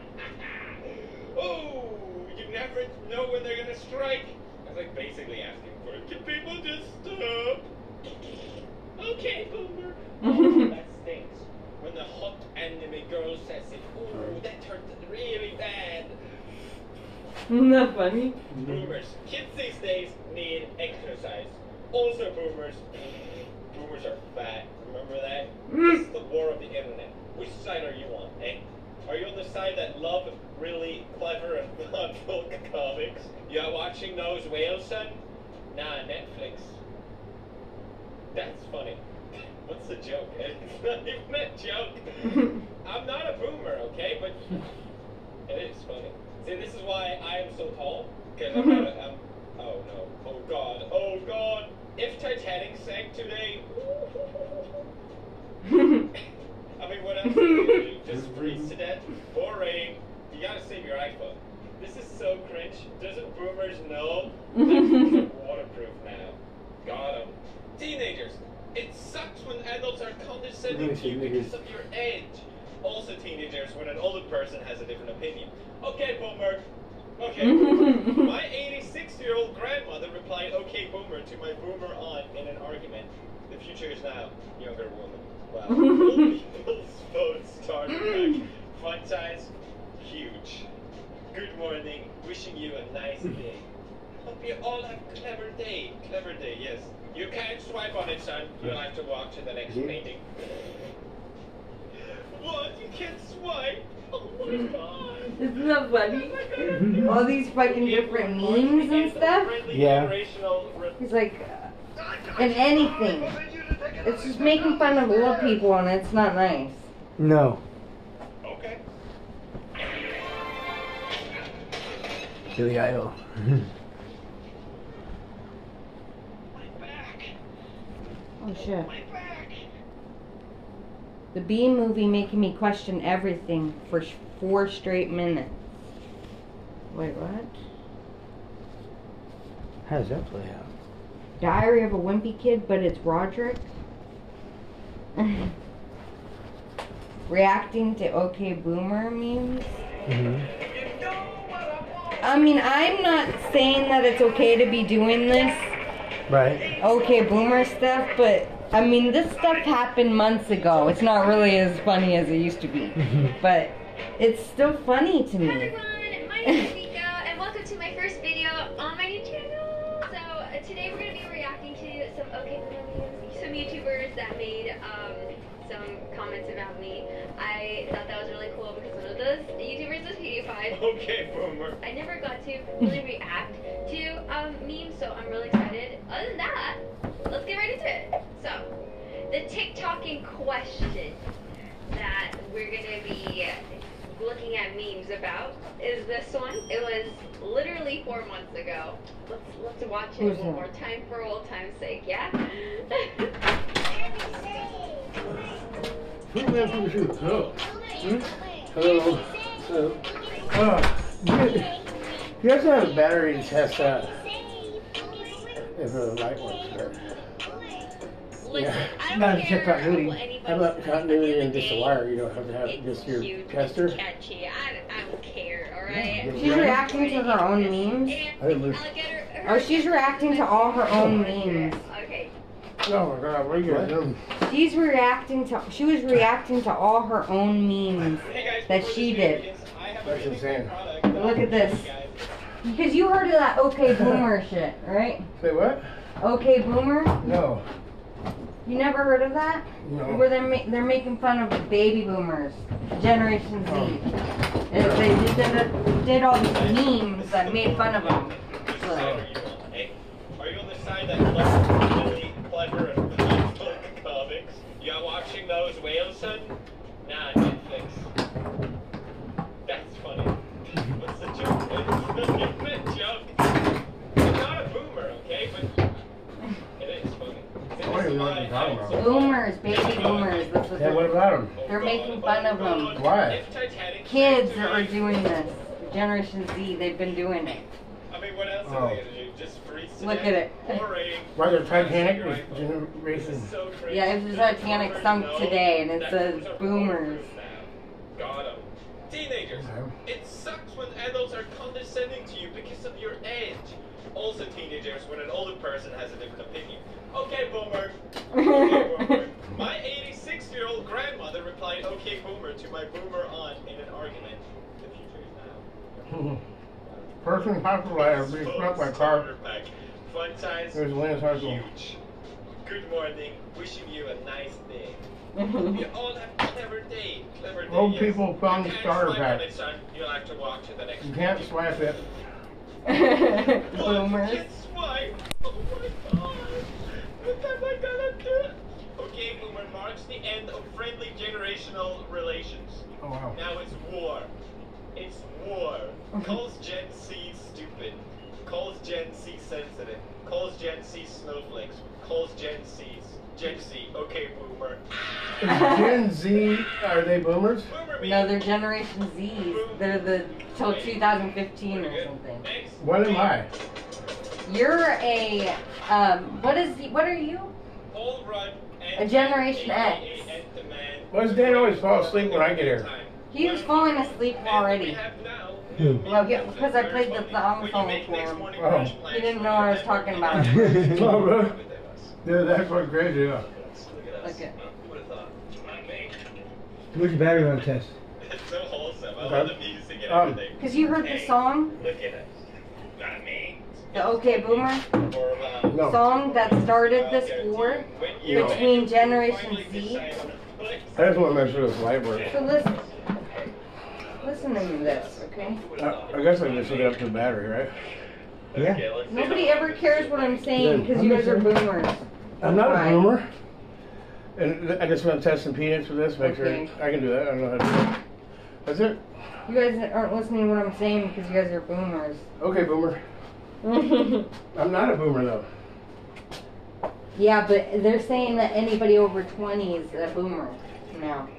oh, you never know when they're gonna strike. That's like basically asking for it. Can people just stop? okay, boomer. Oh, that stinks. When the hot anime girl says it, ooh, that hurt really bad. Isn't that funny? Boomers. Kids these days need exercise. Also, boomers. *clears throat* Boomers are fat. Remember that? This is the war of the internet. Which side are you on, eh? Are you on the side that love really clever and *laughs* thoughtful comics? You watching those whales, son? Nah, Netflix. That's funny. *laughs* What's the joke? eh? *laughs* It's not even a joke. I'm not a boomer, okay? But it is funny. See, this is why I am so tall. Because I'm not a. I'm, oh no. Oh god. Oh god. If Titanic sank today. I mean, what else do you do? Just freeze to death? Boring. You gotta save your iPhone. This is so cringe. Doesn't boomers know? Netflix are waterproof now. Got 'em. Teenagers. It sucks when adults are condescending to you because of your age. Also, teenagers when an older person has a different opinion. Okay, boomer. Okay. boomer. my 86-year-old grandmother replied, "Okay, boomer," to my boomer aunt in an argument. The future is now, younger woman. Wow. *laughs* Old people's phones started back. Font size huge. Good morning. Wishing you a nice day. Hope you all have a clever day. Clever day, yes. You can't swipe on it, son. You'll have to walk to the next painting. What? You can't swipe? Oh my god. Hmm. Oh Isn't that funny? All these fucking different memes and stuff. Yeah. He's like, uh, in anything. It's just making fun of little people, and it's not nice. No. Okay. Billy Idol. Oh shit. The B movie making me question everything for sh- four straight minutes. Wait, what? *laughs* How does that play out? Diary of a Wimpy Kid, but it's *laughs* Roderick. Reacting to OK Boomer memes. I mean, I'm not saying that it's okay to be doing this Right. OK Boomer stuff, but I mean, this stuff happened months ago. It's not really as funny as it used to be, but it's still funny to me. My name is Nico, and welcome to my first video on my new channel. So uh, today we're gonna be reacting to some okay videos, some YouTubers that made um, some comments about me. I thought that was really cool because one of those YouTubers was PewDiePie. Okay, boomer. I never got to really react to um, memes, so I'm really excited. Other than that, let's get right into it. So, the TikToking question that we're gonna be looking at memes about is this one. It was literally four months ago. Let's let's watch it Who's one that? more time for old time's sake. Yeah. *laughs* Who lives in the shoes? Hello. Hmm? Hello. Hello. Oh. You guys have a battery to test out. If the light works there. Yeah. You gotta check continuity. How about continuity and just a wire? You don't have to have just your tester. Catchy. I, I don't care. All right. She's reacting to her own memes. I didn't lose. Oh, she's reacting to all her own memes. Okay. Oh my god, what are you guys doing? She's reacting to. She was reacting to all her own memes that she did. That's insane. Look at this. Because you heard of that OK *laughs* Boomer shit, right? Say what? OK Boomer? No. You never heard of that? No. Where they're ma- they're making fun of baby boomers, Generation Z. And they did, did, did all these memes that made fun of them. So, Hey, are you on the side that loves really clever and powerful comics? You are watching those whales, son? Nah, Netflix. That's funny. What's the joke? It's not even a joke. I'm not a boomer, okay? But it is funny. What are you talking about? boomers, baby boomers. That's what Yeah, what they're, about him? they're making fun of them. Why? Kids that are doing this. Generation Z, they've been doing it. I mean, what else are they gonna do? Just freeze to Look death? at it. *laughs* Boring. Oh. Why the Titanic was generation? Yeah, if the Titanic sunk today and it says boomers. Got 'em. um, Teenagers, it sucks when adults are condescending to you because of your age. Also, teenagers, when an older person has a different opinion. Okay, boomer. Okay, boomer. My 86 year old grandmother replied, okay, boomer, to my boomer aunt in an argument. The future is now. *laughs* Person hospitalized, being struck by car. Back. Fun times. There's Williams Hospital. Good morning. Wishing you a nice *laughs* day. we all have clever day. Clever day. Old yes. people found Can't starter swipe on pack. it, son. You'll have to walk to the next. You can't swipe *laughs* it. Boomers. Swipe. Oh my god. What am I gonna do? Okay, boomer marks the end of friendly generational relations. Oh wow. Now it's war. It's war. Calls Gen C stupid. Calls Gen C sensitive. Calls Gen C snowflakes. Calls Gen C's. Gen Z, okay, boomer. Is Gen Z, are they boomers? No, they're Generation Zs. They're the till 2015 or something. What am I? You're a um. What is? he- What are you? All run A Generation X. Why does Dan always fall asleep when I get here? He was falling asleep already. Hmm. Well, yeah, because I played the song phone for him. Oh. He didn't know what I was talking *laughs* about. oh, bro. Dude, that's what crazy, yeah. Look at. Where's your battery run test? It's so wholesome. I love the music and Um, everything. Cause you heard the song, Look at us. Not me. the OK Boomer Or, uh, song that started this war between Generation Z. I just want to make sure this light works. So listen, listen to this, okay? I, I guess I just hooked it up to the battery, right? Yeah. Nobody ever cares what I'm saying because you guys are boomers. I'm not a boomer. And th- I just want to test some peanuts for this, make Okay. sure I can do that. I don't know how to do it. That's it. You guys aren't listening to what I'm saying because you guys are boomers. Okay, boomer. I'm not a boomer, though. yeah, but they're saying that anybody over 20 is a boomer. now.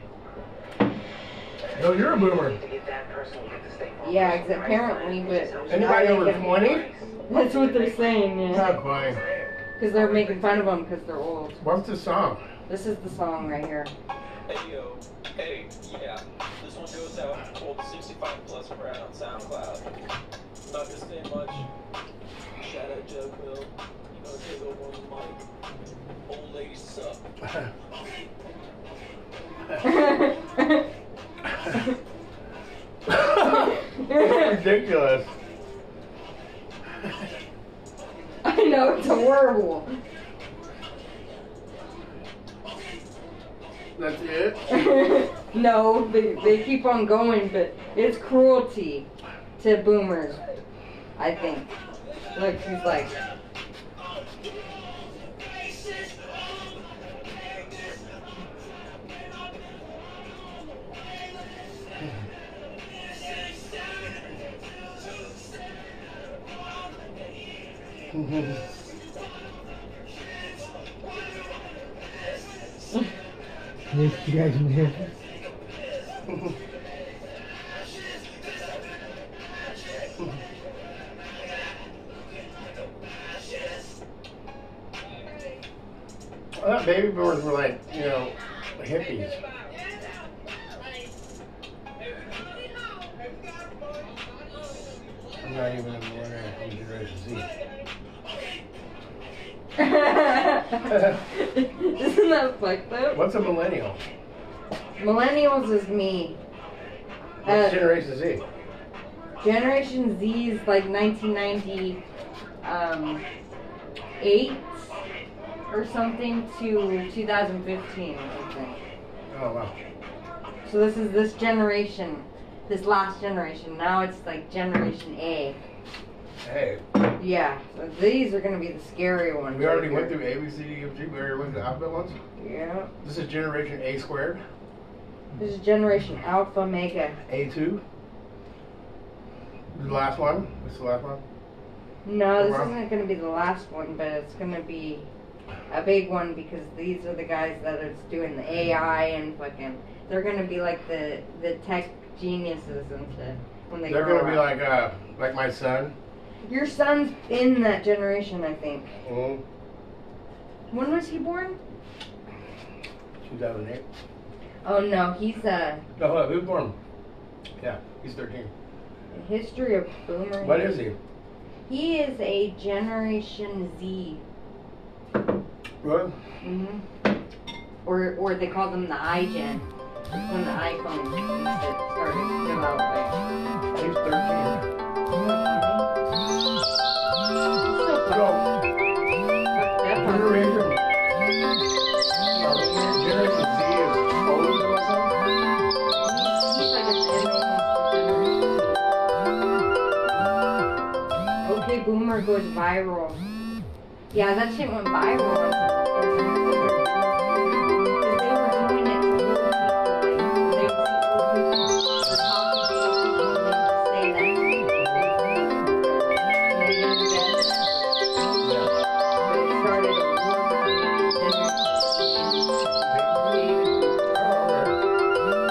No, you're a boomer. Yeah, ex- apparently, but. Anybody over 20? *laughs* That's what they're saying, yeah. Not quite. Because they're making fun of them because they're old. What's the song? This is the song right here. *laughs* Hey yo, hey, yeah. This one goes out old 65 plus brand on SoundCloud. Not gonna say much. Shout out Jug Bill. You know, take over on the mic. *laughs* Old ladies suck. *laughs* *laughs* ridiculous. I know, it's horrible. That's it? *laughs* no, they, they keep on going, but it's cruelty to boomers, I think. Look, she's like. *laughs* You guys in here? I thought baby boomers were like, you know, hippies. I'm not even in the winner of Generation Z. Isn't that fucked up? What's a millennial? Millennials is me. What's Uh, Generation Z? Generation Z is like 1998 or something to 2015 or something. Oh, wow. So this is this generation, this last generation. Now it's like Generation A. Hey, Yeah, so these are gonna be the scary ones. we already right went here. through A, B, C, D, E, F, G. We already went through the alphabet ones. Yeah. This is Generation A squared, This is Generation Alpha Omega. A2. The last one. This is the last one. No, this Wow. isn't gonna be the last one, but it's gonna be a big one because these are the guys that are doing the AI and fucking. They're gonna be like the the tech geniuses and shit when they They're grow gonna be up. like, uh, like my son. Your son's in that generation, I think. Mm, When was he born? 2008. Oh no, he's a No, hold on, he was born. Yeah, he's 13. history of boomer. What is he? He is a Generation Z. What? Mm-hmm. hmm Or, or they call them the iGen. That's when the iPhone and shit started developing. He's 13. That part- Okay, Boomer goes viral. Yeah, that shit went viral.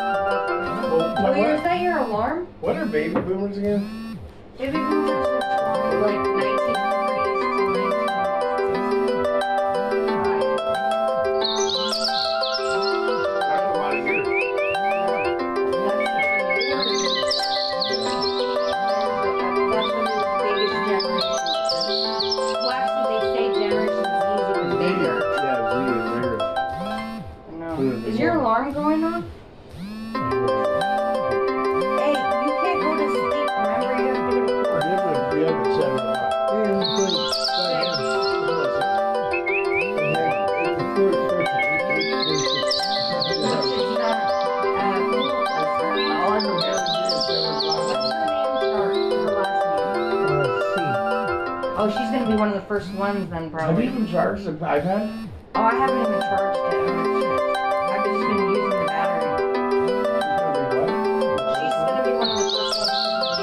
What, Wait, was that your alarm? what are baby boomers again? Baby boomers were like 1940s to 19. Well, actually, they say Generation Z is even bigger. No. Is your alarm going off? Hey, you can't go to sleep. Remember, you have to go to work. Oh, she's gonna be one of the first ones then, Have probably. you even charged the iPad? Oh, I haven't even charged it. I've just been using the battery. She's gonna be one of the first ones in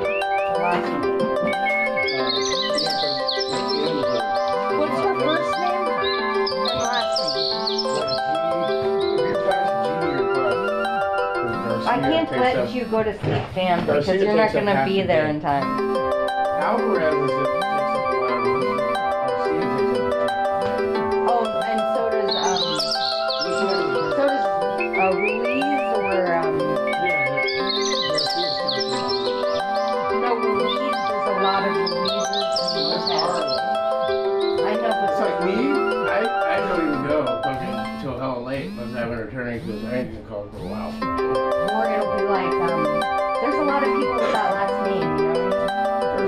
the game. What's her first name? And last name. takes let up- you go to sleep, Dan, because Garcia you're not takes up going to half be the there day. in time. Alvarez is it. takes up a lot of room. Garcia takes up- Oh, and so does, um, so does uh, Ruiz or, um, no, Ruiz, there's a lot of Ruiz's. I know, but It's like me, I, I don't even go fucking till hell late unless I have a returning because I ain't been called for a while. Or it'll be like, um, there's a lot of people with that last name, you know?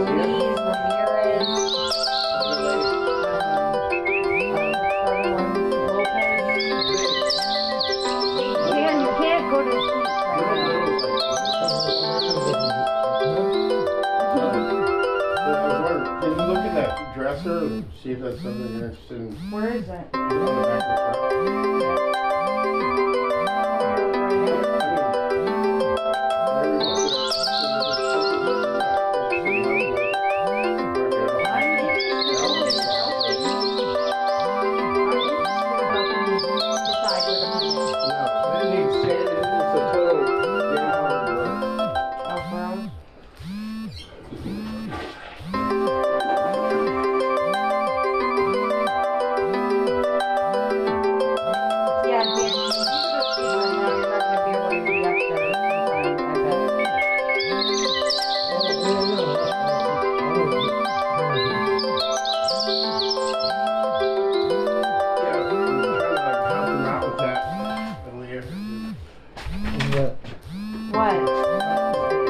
Ruiz, Ramirez, um, um, Lopez. Dan, you can't go to sleep Can you look in that dresser and see if that's something you're interested in? Where is it? Yeah, Dan, you can go to sleep right now. You're not gonna be able to be up there in time, I bet. What?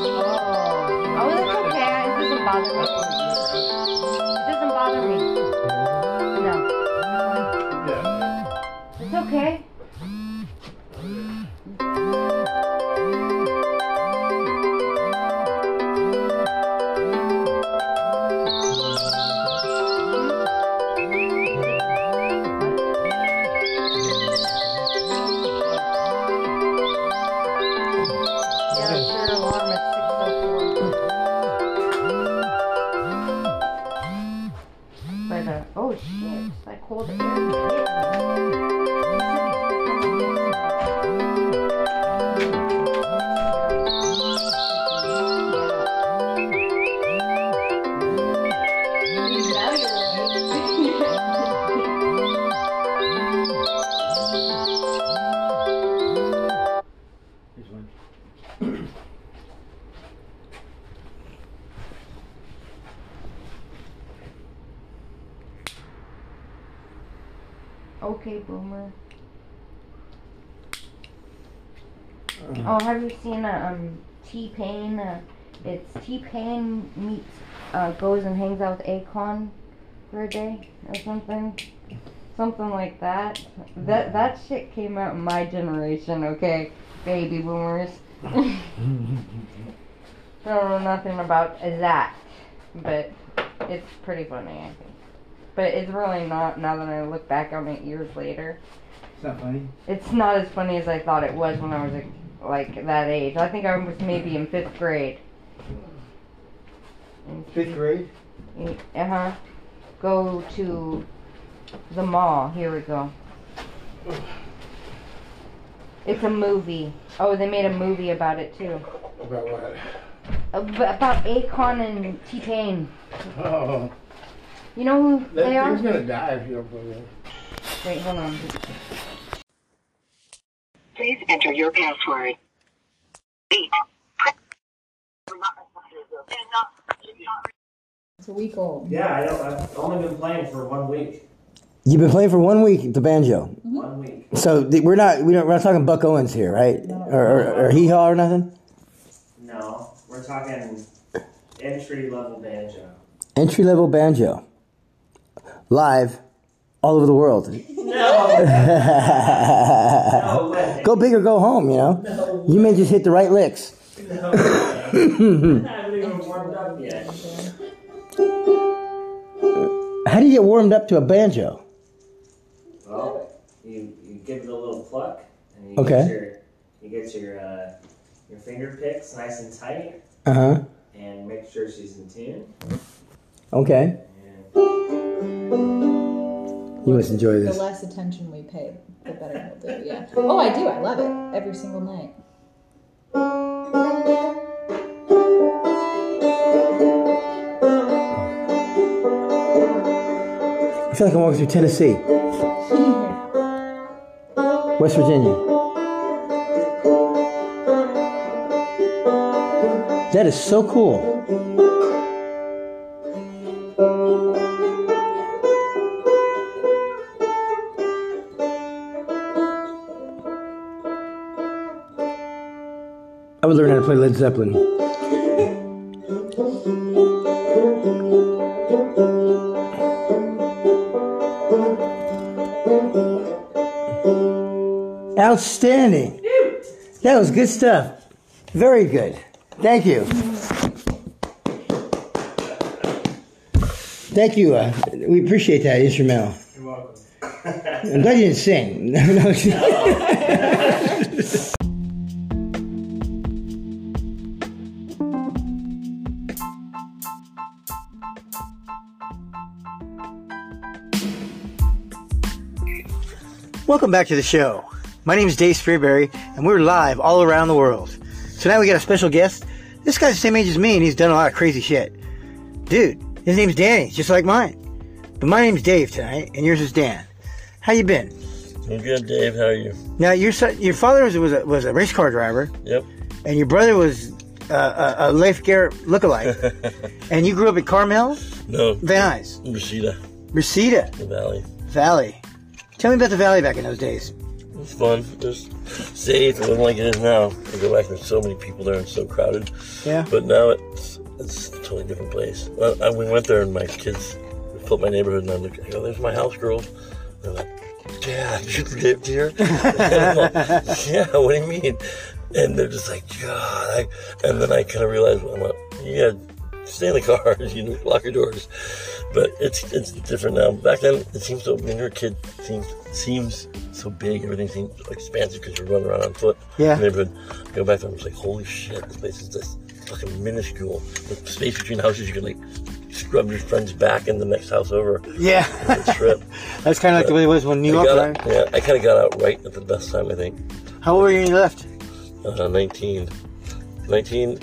Oh, that's okay. It doesn't bother me. It doesn't bother me. No. It's okay. Yeah, it's your alarm at 6:04. But, uh, oh shit, it's like cold air. Okay, boomer. Oh, have you seen uh, um T Pain? Uh, it's T Pain meets uh, goes and hangs out with Akon for a day or something, something like that. That that shit came out in my generation. Okay, baby boomers. *laughs* I don't know nothing about that, but it's pretty funny. I think. But it's really not now that I look back on it years later. It's not funny. It's not as funny as I thought it was when I was like, like that age. I think I was maybe in fifth grade. Fifth grade. Uh huh. Go to the mall. Here we go. It's a movie. Oh, they made a movie about it too. About what? Ab- About Akon and T Pain. Oh, You know who that they are? thing's gonna die if you don't put it in. Wait, hold on. Please enter your password. It's a week old. Yeah, I don't, I've only been playing for one week. You've been playing for one week the banjo. One week. So th- we're not we don't, we're not talking Buck Owens here, right? Or or, or hee haw or nothing. No, we're talking entry level banjo. Entry level banjo, live, all over the *laughs* world. go big or go home. You know, you may just hit the right licks. I haven't even warmed up yet. *laughs* How do you get warmed up to a banjo? Well, you, you give it a little pluck, and you Okay. get your you get your uh, your finger picks nice and tight, Uh huh. and make sure she's in tune. Okay. You must enjoy The this. less attention we pay, the better we'll do. Yeah. Oh, I do. I love it every single night. I feel like I'm walking through Tennessee, West Virginia. That is so cool. I would learn how to play Led Zeppelin. Outstanding. That was good stuff. Very good. Thank you. Thank you. Uh, we appreciate that instrumental. You're welcome. I'm glad you didn't sing. *laughs* No, no, *laughs* Welcome back to the show. My name is Dave Spearberry, and we're live all around the world. Tonight we got a special guest. This guy's the same age as me, and he's done a lot of crazy shit. Dude, his name's Danny, just like mine. But my name's Dave tonight, and yours is Dan. How you been? I'm good, Dave. How are you? Now your son, your father was was a, was a race car driver, Yep. and your brother was uh, a, a Leif *laughs* Garrett lookalike, and you grew up at Carmel, No. Van Nuys, Rashida, Reseda the valley. Valley. Tell me about the valley back in those days. It's fun. Just safe. It wasn't like it is now. I go back, there's so many people there and so crowded. Yeah. But now it's it's a totally different place. I, I, we went there and my kids filled my neighborhood and I looked, I go, there's my house girl. And they're like, Dad, you lived here? *laughs* And I'm like, yeah, what do you mean? And they're just like, God. I, and then I kind of realized, well, I'm like, yeah, stay in the car, *laughs* you know, lock your doors. But it's it's different now. Back then, it seems so, when you're a kid, it seems, seems so big, everything seems expansive because you're running around on foot. Yeah. Neighborhood. I go back there and I'm just like, holy shit, this place is just fucking minuscule. The space between houses, you can like scrub your friend's back in the next house over. Yeah. It's a trip. *laughs* That's kind of like the way it was when New I York, got right? out- yeah, I kind of got out right at the best time, I think. How old were you when you left? Uh, 19. 19,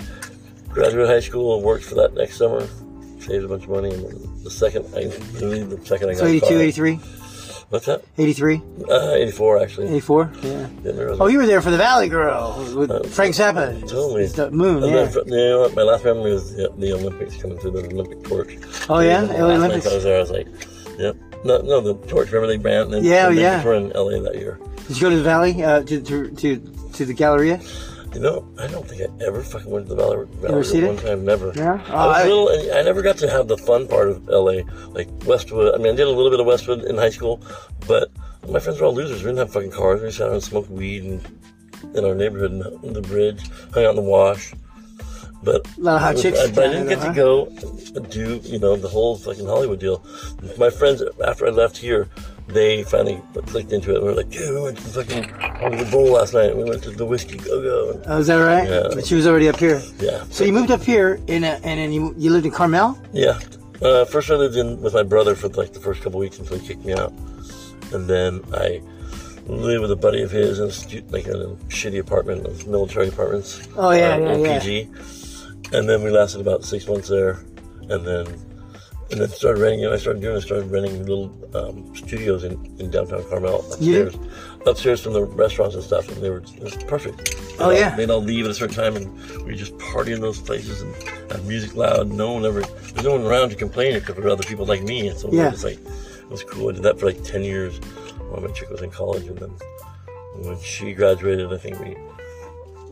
graduated high school and worked for that next summer. Saved a bunch of money, and then the second I literally the second I got So 82, fired- 83, What's that? 83, Uh, 84 actually. 84. Yeah. Didn't realize Oh, you were there for the Valley Girl with Uh, Frank Zappa. Totally. It's the moon, And yeah. then, you know what, my last memory was the, the Olympics coming through the Olympic torch. Oh, yeah? The The last Olympics. night I was there, I was like, yep. No, no, the torch. Remember they ran? And, Yeah, oh, and they yeah. were in LA that year. Did you go to the Valley uh, to, to to to the Galleria? You know, I don't think I ever fucking went to the Valley, Valley Ever seen one it? time. Never. Yeah? Uh, I was little, and I never got to have the fun part of LA, like Westwood. I mean, I did a little bit of Westwood in high school, but my friends were all losers. We didn't have fucking cars. We just sat around and smoked weed and in our neighborhood, and on the bridge, hung out in the wash. But, A lot of hot chicks I, but I down didn't there, get to go do you know the whole fucking Hollywood deal. My friends after I left here, they finally clicked into it. and were like, dude, we went to the fucking Hollywood Bowl last night. and We went to the whiskey go go. Oh, is that right? Yeah. But she was already up here. Yeah. So you moved up here, in a, and then you you lived in Carmel. Yeah. Uh, first, I lived in with my brother for like the first couple weeks until he kicked me out, and then I lived with a buddy of his in a stu- like in a shitty apartment, those military apartments. Uh, Oh, yeah, yeah, in yeah. PG. And then we lasted about six months there, and then and then started renting. You know, I started doing. I started renting little um, studios in, in downtown Carmel You upstairs, upstairs from the restaurants and stuff, and they were it was perfect. They'd Oh, all- yeah. They'd all leave at a certain time, and we just party in those places and have music loud. No one ever. There's no one around to complain except for other people like me. And so Yeah. it was like it was cool. I did that for like ten years while my chick was in college, and then when she graduated, I think we.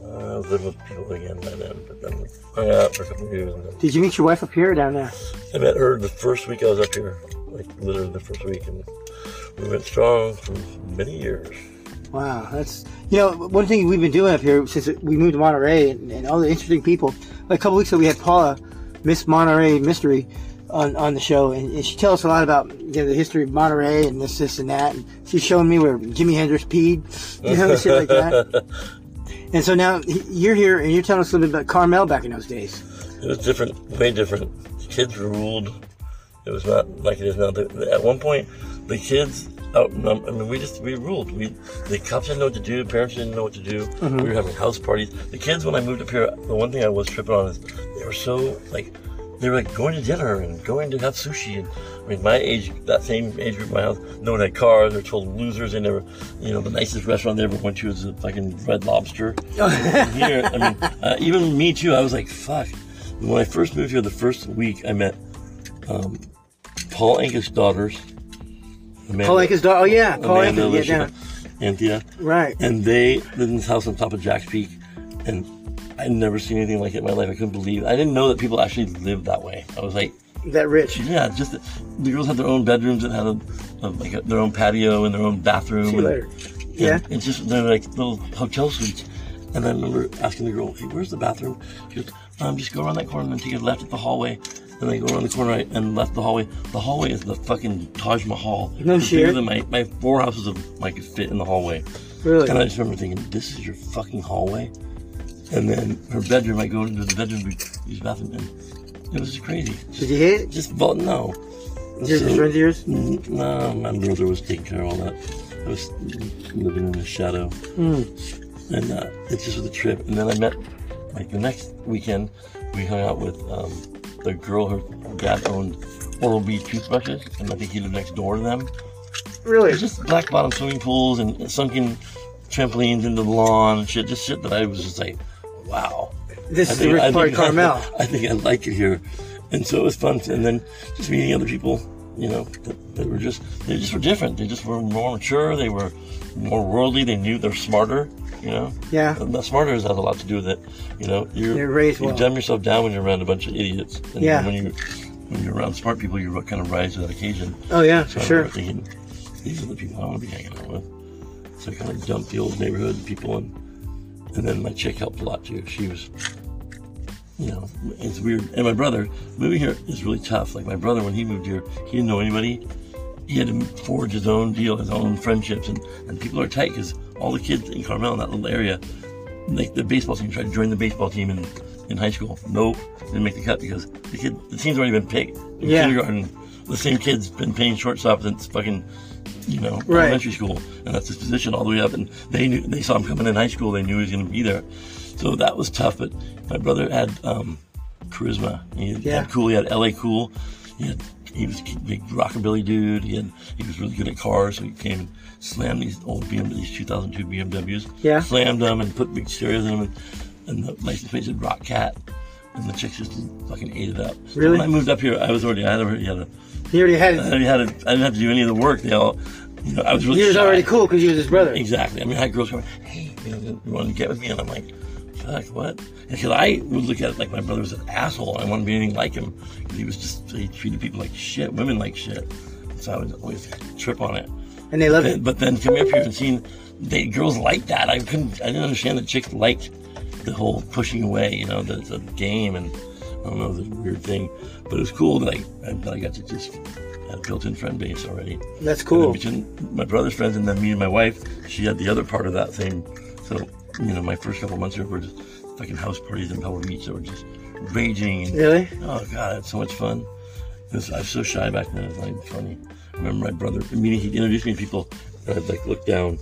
Uh, I was living with people again by then, but then we hung out for a couple of years. And then Did you meet your wife up here or down there? I met her the first week I was up here, like literally the first week, and we went strong for many years. Wow, that's you know one thing we've been doing up here since we moved to Monterey and, and all the interesting people. Like a couple weeks ago, we had Paula, Miss Monterey Mystery, on, on the show, and, and she tells us a lot about you know, the history of Monterey and this, this, and that. And she's showing me where Jimi Hendrix peed, you know, and shit *laughs* like that. And so now he- you're here, and you're telling us a little bit about Carmel back in those days. It was different, way different. Kids ruled. It was not like it is now. The- the- At one point, the kids outnumbered. I mean, we just we ruled. We the cops didn't know what to do. Parents didn't know what to do. Mhm. We were having house parties. The kids, when I moved up here, the one thing I was tripping on is they were so like they were like going to dinner and going to have sushi. And I mean, my age, that same age group, in my house, no one had cars. They were told losers. They never, you know, the nicest restaurant they ever went to was a fucking Red *laughs* Lobster. And here, I mean, uh, even me too. I was like, fuck. When I first moved here, the first week, I met um, Paul Anka's daughters. Paul Anka's daughter- oh, yeah, Paul Amanda, Anka, yeah, Alicia, yeah. Anthea. Right. And they lived in this house on top of Jack's Peak, and I'd never seen anything like it in my life. I couldn't believe. I didn't know that people actually lived that way. I was like, that rich. Yeah, just the, the girls had their own bedrooms and had a, a, like a, their own patio and their own bathroom. See and, you later. and Yeah. It's just they're like little hotel suites. And I remember asking the girl, "Hey, where's the bathroom?" She goes, um, "Just go around that corner and take a left at the hallway." And I go around the corner right, and left the hallway. The hallway is the fucking Taj Mahal. No It's bigger shit. than my my four houses of like fit in the hallway. Really? And I just remember thinking, "This is your fucking hallway." And then her bedroom, I go into the bedroom, we use the bathroom, and it was just crazy. Did you hit it? Just vote no. um, Your friends of yours? Mm, No, my brother was taking care of all that. I was living in the shadow. Mm. And uh, it just was a trip. And then I met, like the next weekend, we hung out with um, the girl her dad owned Oral B toothbrushes, and I think he lived next door to them. Really? just black bottom swimming pools and sunken trampolines into the lawn and shit. Just shit that I was just like, wow. This I is the Rick Park Carmel. *laughs* I think I like it here. And so it was fun. And then just meeting other people, you know, that, that were just, they just were different. They just were more mature. They were more worldly. They knew they're smarter, you know? Yeah. And the smarter has a lot to do with it. You know, you're, You're raised you well. dumb yourself down when you're around a bunch of idiots. And Yeah. When, you, when you're around smart people, you kind of rise to that occasion. Oh, yeah, so I sure. remember Thinking, These are the people I want to be hanging out with. So I kind of dumped the old neighborhood people and and then my chick helped a lot too. She was, you know, it's weird. And my brother, moving here is really tough. Like my brother, when he moved here, he didn't know anybody. He had to forge his own deal, his own friendships, and, and people are tight because all the kids in Carmel, in that little area, like the baseball team, tried to join the baseball team in, in high school. Nope, didn't make the cut because the kid, the team's already been picked in Yeah. kindergarten. The same kid's been playing shortstop since fucking, you know, Right. elementary school, and that's his position all the way up. And they knew they saw him coming in high school. They knew he was going to be there, so that was tough. But my brother had um, charisma. He had, Yeah. had cool. He had LA cool. He had he was a big rockabilly dude. He had he was really good at cars, so he came and slammed these old BMWs, these 2002 BMWs. Yeah. Slammed them and put big stereos in them, and, and the license plate said Rock Cat. And the chicks just fucking ate it up. So Really? when I moved up here, I was already, I had already had a, He already had I it. already had a, I didn't have to do any of the work. They all, you know, I was really He was shy. already cool because he was his brother. Exactly. I mean, I had girls going, hey, you, know, you want to get with me? And I'm like, fuck, what? Because I would look at it like my brother was an asshole. I wanted to be anything like him. 'Cause He was just, he treated people like shit, women like shit. So I would always trip on it. And they loved but, it. But then coming up here and seeing they, girls like that, I couldn't, I didn't understand that chicks liked the whole pushing away, you know, the, the game and I don't know, the weird thing. But it was cool that I, I, I got to just have a built-in friend base already. That's cool. And then between my brother's friends and then me and my wife, she had the other part of that thing. So, you know, my first couple months here were just fucking house parties in Pebble Beach that were just raging. And, Really? Oh, God, it's so much fun. It was- I was so shy back then, it's not even funny. I remember my brother, meaning he introduced me to people, and I'd like look down.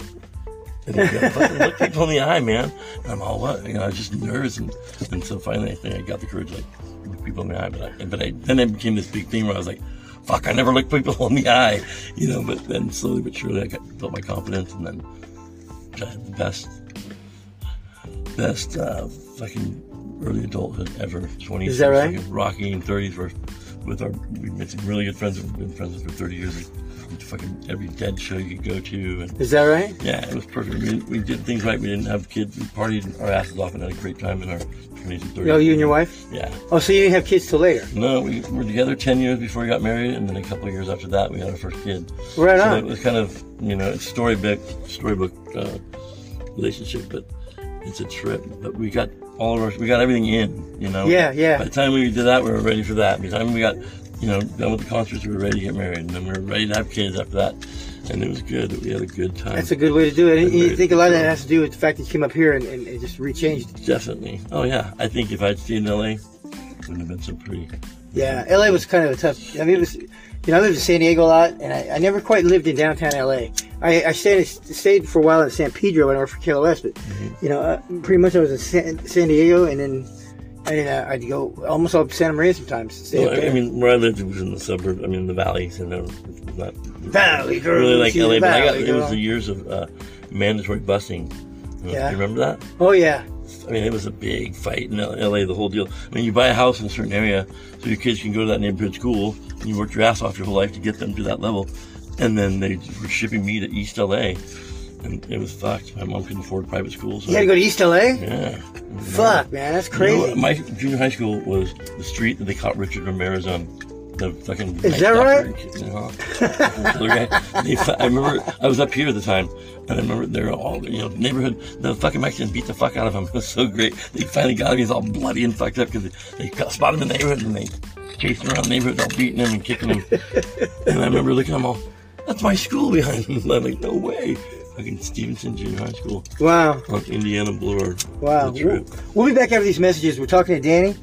And I'd go, *laughs* fucking look people in the eye, man. And I'm all what? You know, I was just nervous. And, and so finally, I think I got the courage to like, look people in the eye. But, I, but I, then it became this big thing where I was like, fuck, I never look people in the eye. You know, but then slowly but surely, I got, built my confidence. And then I had the best, best uh, fucking early adulthood ever. 20s. Is that right? fucking Rocking 30s were with our, we've made some really good friends. We've been friends for 30 years. We, we fucking every dead show you could go to. And, Is that right? yeah, it was perfect. We, we did things right. We didn't have kids. We partied our asses off and had a great time in our 20s and 30s. Oh, you and your wife? Yeah. Oh, so you didn't have kids till later? No, we were together 10 years before we got married, and then a couple of years after that, we had our first kid. Right so on. It was kind of, you know, it's storybook, storybook uh, relationship, but it's a trip. But we got all of our, we got everything in, you know? Yeah, yeah. By the time we did that, we were ready for that. By the time we got, you know, done with the concerts, we were ready to get married, and then we were ready to have kids after that. And it was good. We had a good time. That's a good way to do it. And And you very- think a lot of that has to do with the fact that you came up here and, and, and just rechanged. Definitely. Oh yeah. I think if I'd stayed in LA, wouldn't have been so pretty. Yeah, LA was kind of a tough. I mean, it was, you know, I lived in San Diego a lot, and I, I never quite lived in downtown LA. I, I stayed stayed for a while in San Pedro when I worked for KLS, but Mm-hmm. you know, uh, pretty much I was in San, San Diego, and then I did, uh, I'd go almost up to Santa Maria sometimes. to stay Well, up I, I there. mean, where I lived it was in the suburb. I mean, the valleys, and there was not Valley girl, really like she's a LA. But I got valley it was girl. the years of uh, mandatory busing. You know, Yeah. You remember that? oh yeah, I mean, it was a big fight in LA, the whole deal. I mean, you buy a house in a certain area so your kids can go to that neighborhood school, and you worked your ass off your whole life to get them to that level. And then they were shipping me to East LA, and it was fucked. My mom couldn't afford private schools. You had to go to East LA? Yeah. fuck man, that's You know crazy. what? my junior high school was the street that they caught Richard Ramirez on. The fucking Is that right? Uh-huh. they, fu- I remember I was up here at the time, and I remember they were all you know neighborhood. The fucking Mexicans beat the fuck out of him. *laughs* It was so great. They finally got him. He's all bloody and fucked up because they, they got- spotted him in the neighborhood and they chased him around the neighborhood, all beating him and kicking him. and I remember looking at them all. That's my school behind me. *laughs* I'm like, no way. Fucking Stevenson Junior High School. Wow. On Indiana Boulevard. Wow. The trip. We'll be back after these messages. We're talking to Danny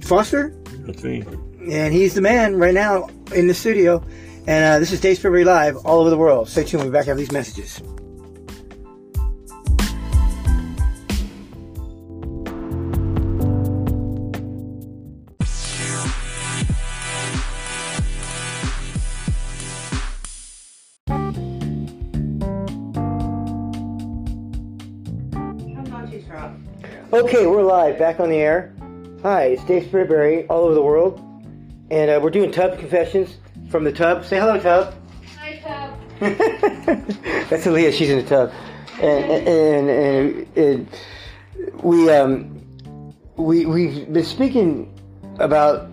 Foster, That's me. and he's the man right now in the studio. And uh, this is Days February Live all over the world. Stay tuned. We'll be back after these messages. *laughs* Okay, we're live, back on the air. Hi, it's Dave Sprayberry, all over the world, and uh, we're doing tub confessions from the tub. Say hello, tub. *laughs* That's Aaliyah. She's in the tub, and and, and, and we um we we've been speaking about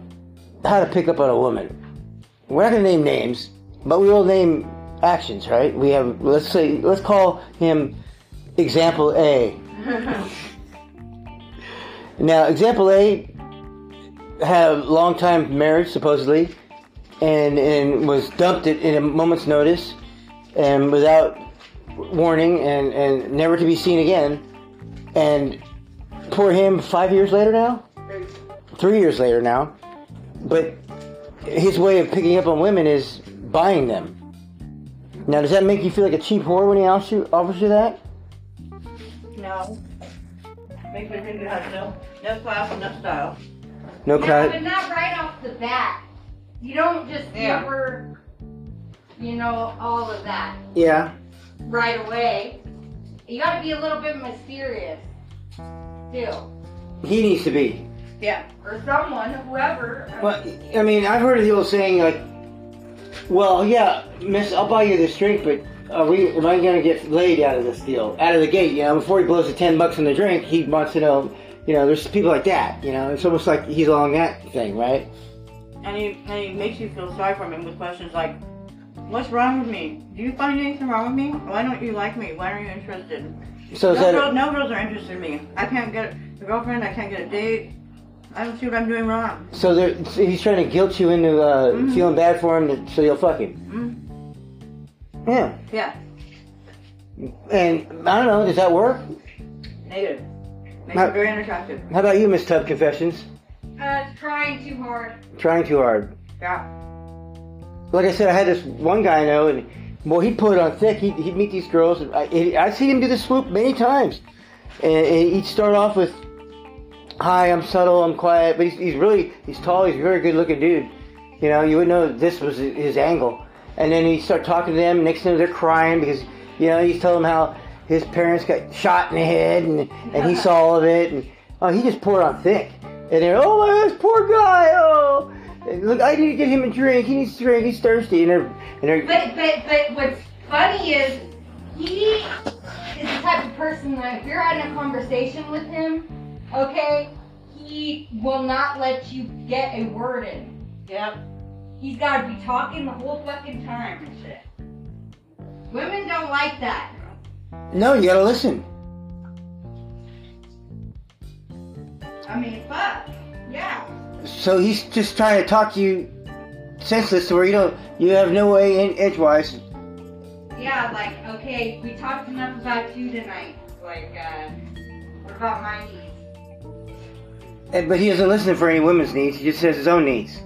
how to pick up on a woman. We're not gonna name names, but we will name actions, right? We have let's say let's call him example A. Now, example A had a long time marriage supposedly, and and was dumped at, in a moment's notice, and without warning, and and never to be seen again, and poor him. Five years later now, three years later now, but his way of picking up on women is buying them. Now, does that make you feel like a cheap whore when he offers you, offers you that? No. Makes me think you have no, no class, no style. No No, clout. but not right off the bat. You don't just Yeah. give her, you know, all of that Yeah. right away. You gotta be a little bit mysterious, still. He needs to be. Yeah. Or someone, whoever. Well, I mean, I've heard of the old saying like, "Well, yeah, Miss, I'll buy you this drink, but are we? Am I gonna get laid out of this deal? Out of the gate, you know? Before he blows the ten bucks on the drink, he wants to know. You know, there's people like that. You know, it's almost like he's along that thing, right? And he, and he makes you feel sorry for him with questions like, What's wrong with me? Do you find anything wrong with me? Why don't you like me? Why aren't you interested? So is no, that- girl- no girls are interested in me. I can't get a girlfriend. I can't get a date. I don't see what I'm doing wrong. So there, he's trying to guilt you into uh, Mhm. feeling bad for him, that- so you'll fuck him. Mm. Yeah. Yeah, And I don't know, does that work? negative. Makes Not- you very unattractive. How about you, Miss Tub Confessions? Uh, trying too hard. Trying too hard. Yeah. like I said, I had this one guy I know, and well, he'd put it on thick. He'd, he'd meet these girls. And I, and I've seen him do the swoop many times, and, and he'd start off with, "Hi, I'm subtle, I'm quiet," but he's, he's really he's tall. He's a very good looking dude. You know, you would know this was his angle. And then he'd start talking to them. Next thing they're crying because you know he's telling them how his parents got shot in the head, and, and he saw all of it, and oh, he just poured on thick. And they're, oh my gosh, poor guy, oh. Look, I need to get him a drink. He needs a drink. He's thirsty. And they're, and they're But but but what's funny is he is the type of person that if you're having a conversation with him, okay, he will not let you get a word in. Yep. He's got to be talking the whole fucking time and shit. Women don't like that. no, you gotta listen. I mean, fuck. Yeah. So he's just trying to talk to you senseless to where you don't, you have no way in edgewise. Yeah, like okay, we talked enough about you tonight. Like, uh, what about my needs? And, but he doesn't listen for any women's needs. He just says his own needs.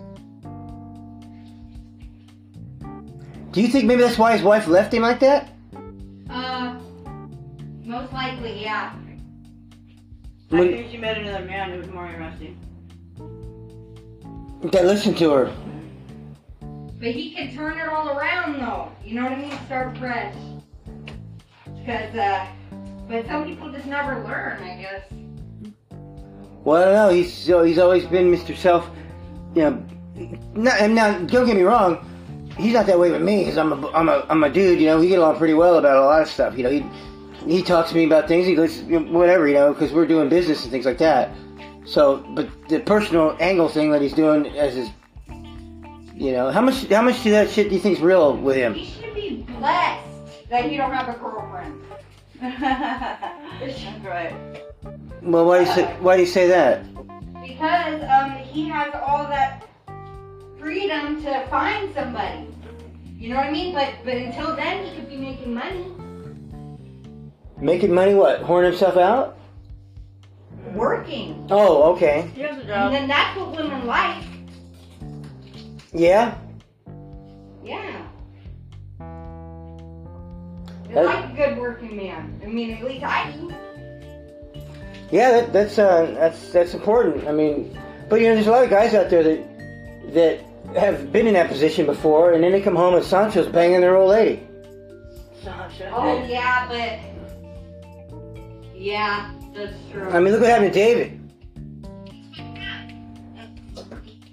Do you think maybe that's why his wife left him like that? Uh, most likely, yeah. I When- think she met another man who was more *laughs* interesting. that listened to her. But he can turn it all around, though. You know what I mean? Start fresh. Because, uh, but some people just never learn, I guess. Well, I don't know. He's so he's always been Mr. Self. You know, not, and now don't get me wrong. He's not that way with me because I'm a I'm a I'm a dude. You know, we get along pretty well about a lot of stuff. You know, he he talks to me about things. He goes you know, whatever you know because we're doing business and things like that. So, but the personal angle thing that he's doing as his, you know, how much how much of that shit do you think's real with him? He should be blessed that he don't have a girlfriend. *laughs* That's *laughs* right. Well, why do you say, why do you say that? Because um, he has all that freedom to find somebody. You know what I mean? But but until then, he could be making money. Making money, what? Horn himself out? Working. Oh, okay. And then that's what women like. Yeah. Yeah. They That- like a good working man. I mean, at least I do. Yeah, that, that's uh, that's that's important. I mean, but you know, there's a lot of guys out there that that have been in that position before, and then they come home and Sancho's banging their old lady. Oh yeah, but yeah, that's true. I mean, look what happened to David.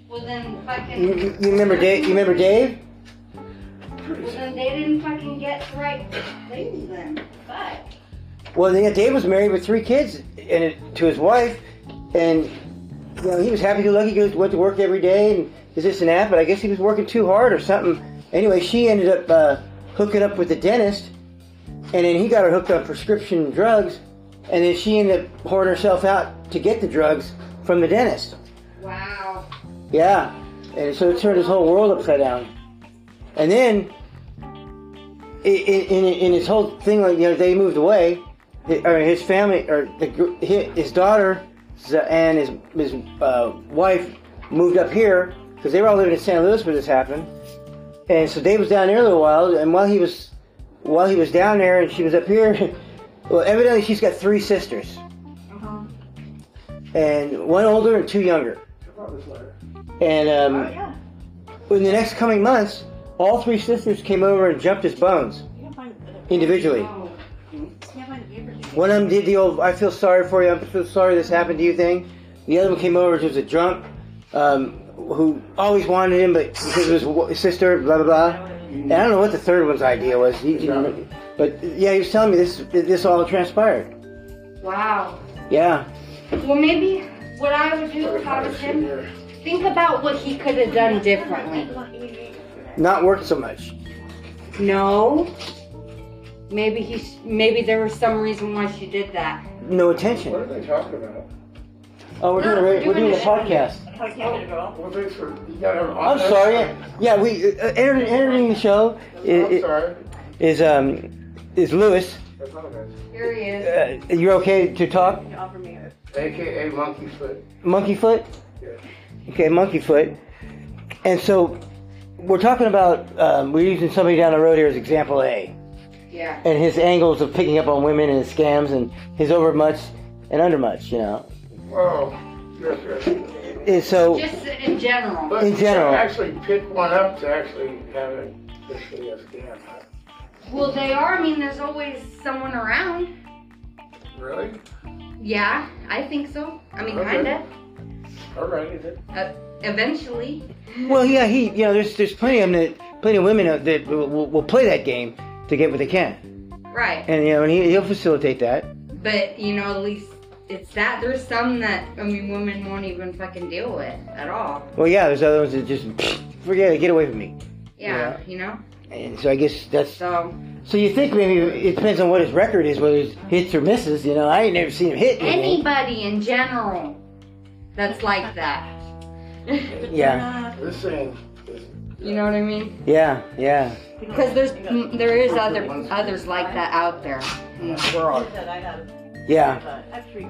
Well then, You, fucking. you you remember Dave? You remember Dave? Well then, they didn't fucking get the right lady then. But Well, yeah, Dave was married with three kids and it, to his wife, and you know he was happy-go-lucky. He went to work every day and this, this and that. But I guess he was working too hard or something. Anyway, she ended up uh, hooking up with the dentist, and then he got her hooked on prescription drugs, and then she ended up whoring herself out to get the drugs from the dentist. wow. Yeah, and so it turned his whole world upside down. And then, i- i- in, in, in his whole thing, like you know, they moved away, hi- or his family, or the, gr- hi- his daughter Z- and his his uh, wife moved up here because they were all living in San Luis when this happened. And so Dave was down there a little while, and while he was while he was down there, and she was up here. *laughs* Well, evidently she's got three sisters, uh-huh. and one older and two younger. And um, in the next coming months, all three sisters came over and jumped his bones individually. Oh. One of them did the old "I feel sorry for you, I feel sorry this happened to you" thing. The other one came over, she was a drunk um, who always wanted him, but because of his wa- sister, blah blah blah. And I don't know what the third one's idea was. He didn't, but yeah, he was telling me this. This all transpired. Wow. Yeah. Well, maybe what I would do if I was him, think about what he could have done differently. Not worked so much. No. Maybe he. s- Maybe there was some reason why she did that. No attention. What are they talking about? Oh, we're doing a, ra- we're doing a podcast. Well, thanks for, you got an I'm honest- sorry. Yeah, we uh, entering, entering the show is, is um is Lewis. That's not okay. Here he is. Uh, you're okay to talk, AKA Monkey Foot. Monkey Foot? Okay, Monkey Foot. And so we're talking about um, we're using somebody down the road here as example A, Yeah. and his angles of picking up on women and his scams and his overmuch and undermuch, you know. Whoa. Yes, yes. And so Just in general. But In general. you Actually pick one up to actually have it officially a scam. huh? Well, they are. I mean, there's always someone around. Really? Yeah, I think so. I mean, Okay. kinda. All right. Uh, eventually. well, yeah, he you know there's there's plenty of them that, plenty of women that will, will, will play that game to get what they can, Right. and you know and he, he'll facilitate that. But you know, at least it's that. There's some that I mean, women won't even fucking deal with at all. Well, yeah, there's other ones that just *sniffs* forget it, get away from me. Yeah, you know. And so I guess that's. So, you think maybe it depends on what his record is, whether it's hits or misses. You know, I ain't never seen him hit anything. Anybody in general that's like that. *laughs* Yeah. This thing. You know what I mean? Yeah, yeah. Because there's mm, there is other others like that out there in this world. Yeah.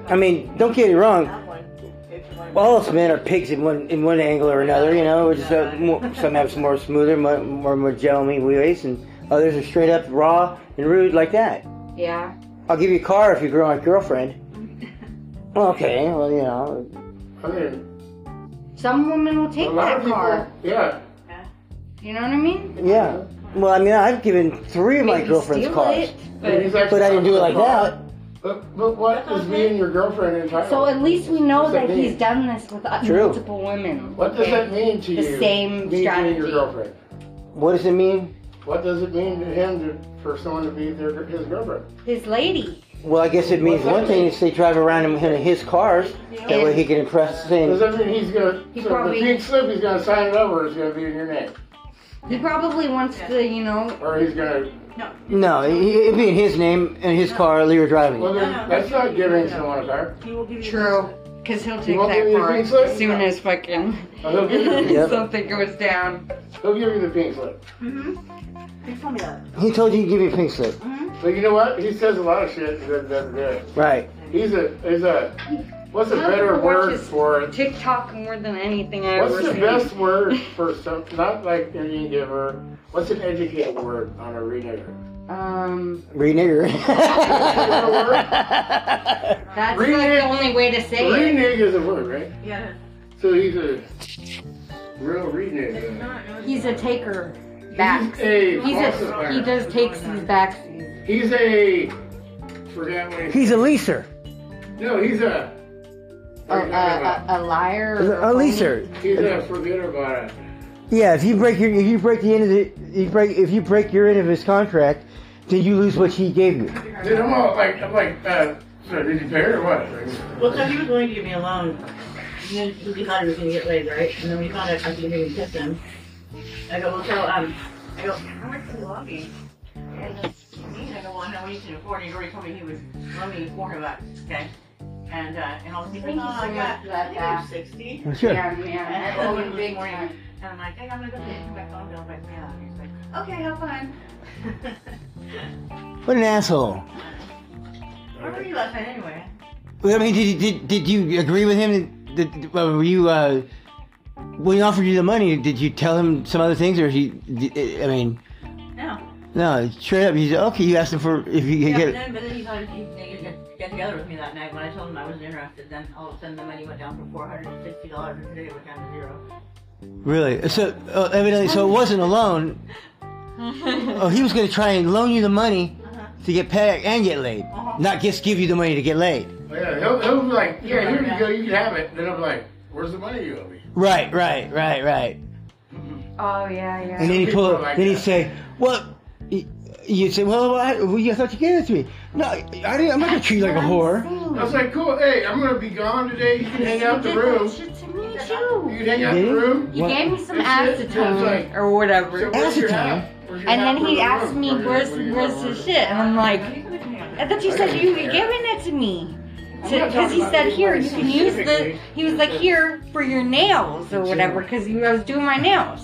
I mean, don't get me wrong. Well, all us men are pigs in one in one angle or another, you know. We're just uh, more, some have some more smoother, more more, more gentleman ways, and others are straight up raw and rude like that. Yeah. I'll give you a car if you grow a girlfriend. Okay, well, you know, I mean, Some women will a take lot that of people. car. Yeah. You know what I mean? yeah. Well, I mean, I've given three of my Maybe girlfriends steal cars, it, but- but, I didn't do it like that. But, but what is me and your girlfriend entitled? So at least we know What's that that he's mean? done this with uh, True. multiple women. What does okay? that mean to the you? same me strategy. being your girlfriend. What does it mean? What does it mean to him to, for someone to be their, his girlfriend? His lady. Well, I guess it means one thing is they drive around in in his cars. That way he can impress Does and that mean he's gonna? He so probably- if he slip, he's gonna sign it over. It's gonna be in your name, He probably wants to, you know. or he's gonna. No, he- it'd be in his name and his car that you were driving. Well, then, that's not giving someone a car. True. Because he'll He take won't give that you the part pink as slip? soon as fucking Oh, he'll *laughs* give you- Yep. something goes down. He'll give you the pink slip. They told Mm-hmm. me that. He told you to give you a pink slip. But you know what? He says a lot of shit that doesn't do it. Right. He's a he's a. What's a better word for it? TikTok more than anything I What's ever the seen. best word for some? Not like Indian giver. What's an educated word on a renegger? *laughs* Um, *laughs* Renigger. that's like the only way to say it. Reneg is a word, right? Yeah. So he's a real reneg. He's a taker back. He's a falsifier. he does takes these backs. He's a. Forgot what he- He's a leaser. No, he's a. A, a, Oh, uh, a, a liar. A or phony. leaser. He's a forget about it. Yeah, if you break your if you break the end of the you break if you break your end of his contract, then you lose what he gave you. Dude, I'm all like, I'm like, uh, so did you pay her or what? Well, so he was going to give me a loan. And then he decided he was going to get laid, right? And then we found out I was going to kiss him. I go, well, so, um, I go, I work for the lobby. And he- I go, well, I know what he's going to afford. He already told me he was loaning me 400 bucks, okay? And, uh, and I was thinking, Thank oh, you so I much got, for I that think I'm back. 60. Sure. Yeah, yeah. And I opened this morning, and I'm like, hey, I'm going to go pay my phone bill by mail. And he's like, okay, have *laughs* fun. *laughs* What an asshole. Where were you last night anyway? I mean, did you- did did you agree with him? Did, did- uh, were you uh, when he offered you the money? Did you tell him some other things, or he? did- I mean, No. no, straight up. You said, okay, you asked him for if you could Yeah, but get. then, but then he thought he could get, get together with me that night. When I told him I wasn't interested, then all of a sudden the money went down from four hundred and sixty dollars, and today it went down to zero. Really? So uh, evidently, so it wasn't a loan. *laughs* Oh, he was going to try and loan you the money Uh-huh. to get paid and get laid, not just give you the money to get laid. Yeah, he'll, he'll be like, yeah, here you go, you can have it. Then I'm like, where's the money you owe me? Right, right, right, right. Oh yeah, yeah. And then he People pull. like then he that. say, "Well, y- you say, well, I, well, you thought you gave it to me. No, I didn't, I'm not gonna treat you like a whore. I was like, cool, hey, I'm gonna be gone today. You can hang out the room. You to me too. can hang out the room. He gave me some That's it. I was acetone like, or whatever. where's your hat? Where's your And hat? then he Where's your asked room? me, Where's your- "Where's what do you where's want? the shit?" And I'm like, "I thought you said you were giving it to me." Because he said, "Here, you can use the." He was like, "Here for your nails or whatever," because I was doing my nails.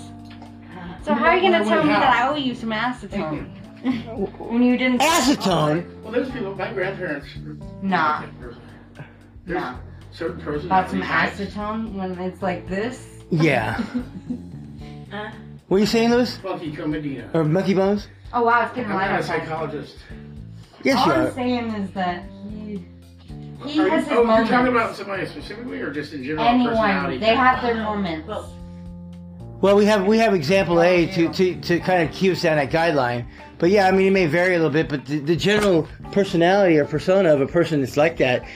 So how are you gonna tell me that I owe you some acetone when you didn't? Acetone. Well, there's people, my grandparents. Nah. There's Nah. Certain persons. About some acetone when it's like this. Yeah. What are you saying, Louis? Funky Comedina. Or monkey bones? Oh wow, it's getting I'm not lighter. a psychologist. Yes, All you I'm are. saying is that he he Are you, has his oh, moments. you're talking about somebody specifically or just in general personality? Anyone, they type? have their moments. Well, we have we have example A to, to, to kind of keep us down that guideline. But yeah, I mean, it may vary a little bit, but the, the general personality or persona of a person that's like that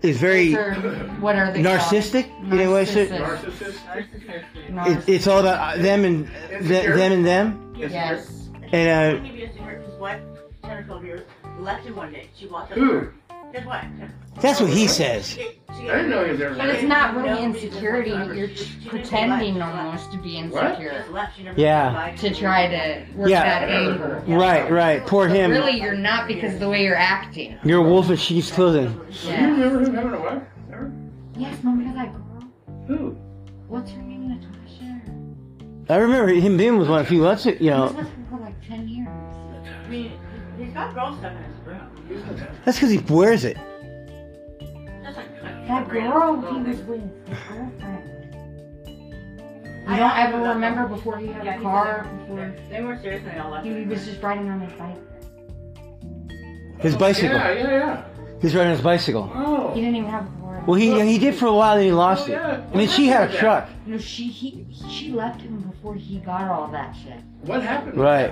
is very Or what are they? called? narcissistic. You know what I said? It, it's all about uh, them and th- them and them. Yes. And, uh, his wife, ten or twelve years, left him one day. She walked up. Who? to her. His wife. That's what he says. I didn't know he was there. But it's not really insecurity. You're pretending almost to be insecure Yeah. to try to work Yeah. that angle. Right, right. Poor But him. really, you're not because of the way you're acting. You're a wolf in sheep's clothing. Do you remember him having a wife? Ever? Yes, remember that girl? Who? What's her name? Natasha. I remember him being with one a few months. You He was know, with her for like ten years. mean, he's got girl stuff in his room. that's because he wears it. That's like, That girl he was with, his girlfriend. I don't ever remember before he had a car. Before They were seriously all left. he was just riding on his bike. His bicycle. Yeah, yeah, yeah. He's riding his bicycle. Oh. He didn't even have a car. Well, he he did for a while, then he Oh, lost it. I mean, she had a truck. No, she he she left him before he got all that shit. What happened? Right.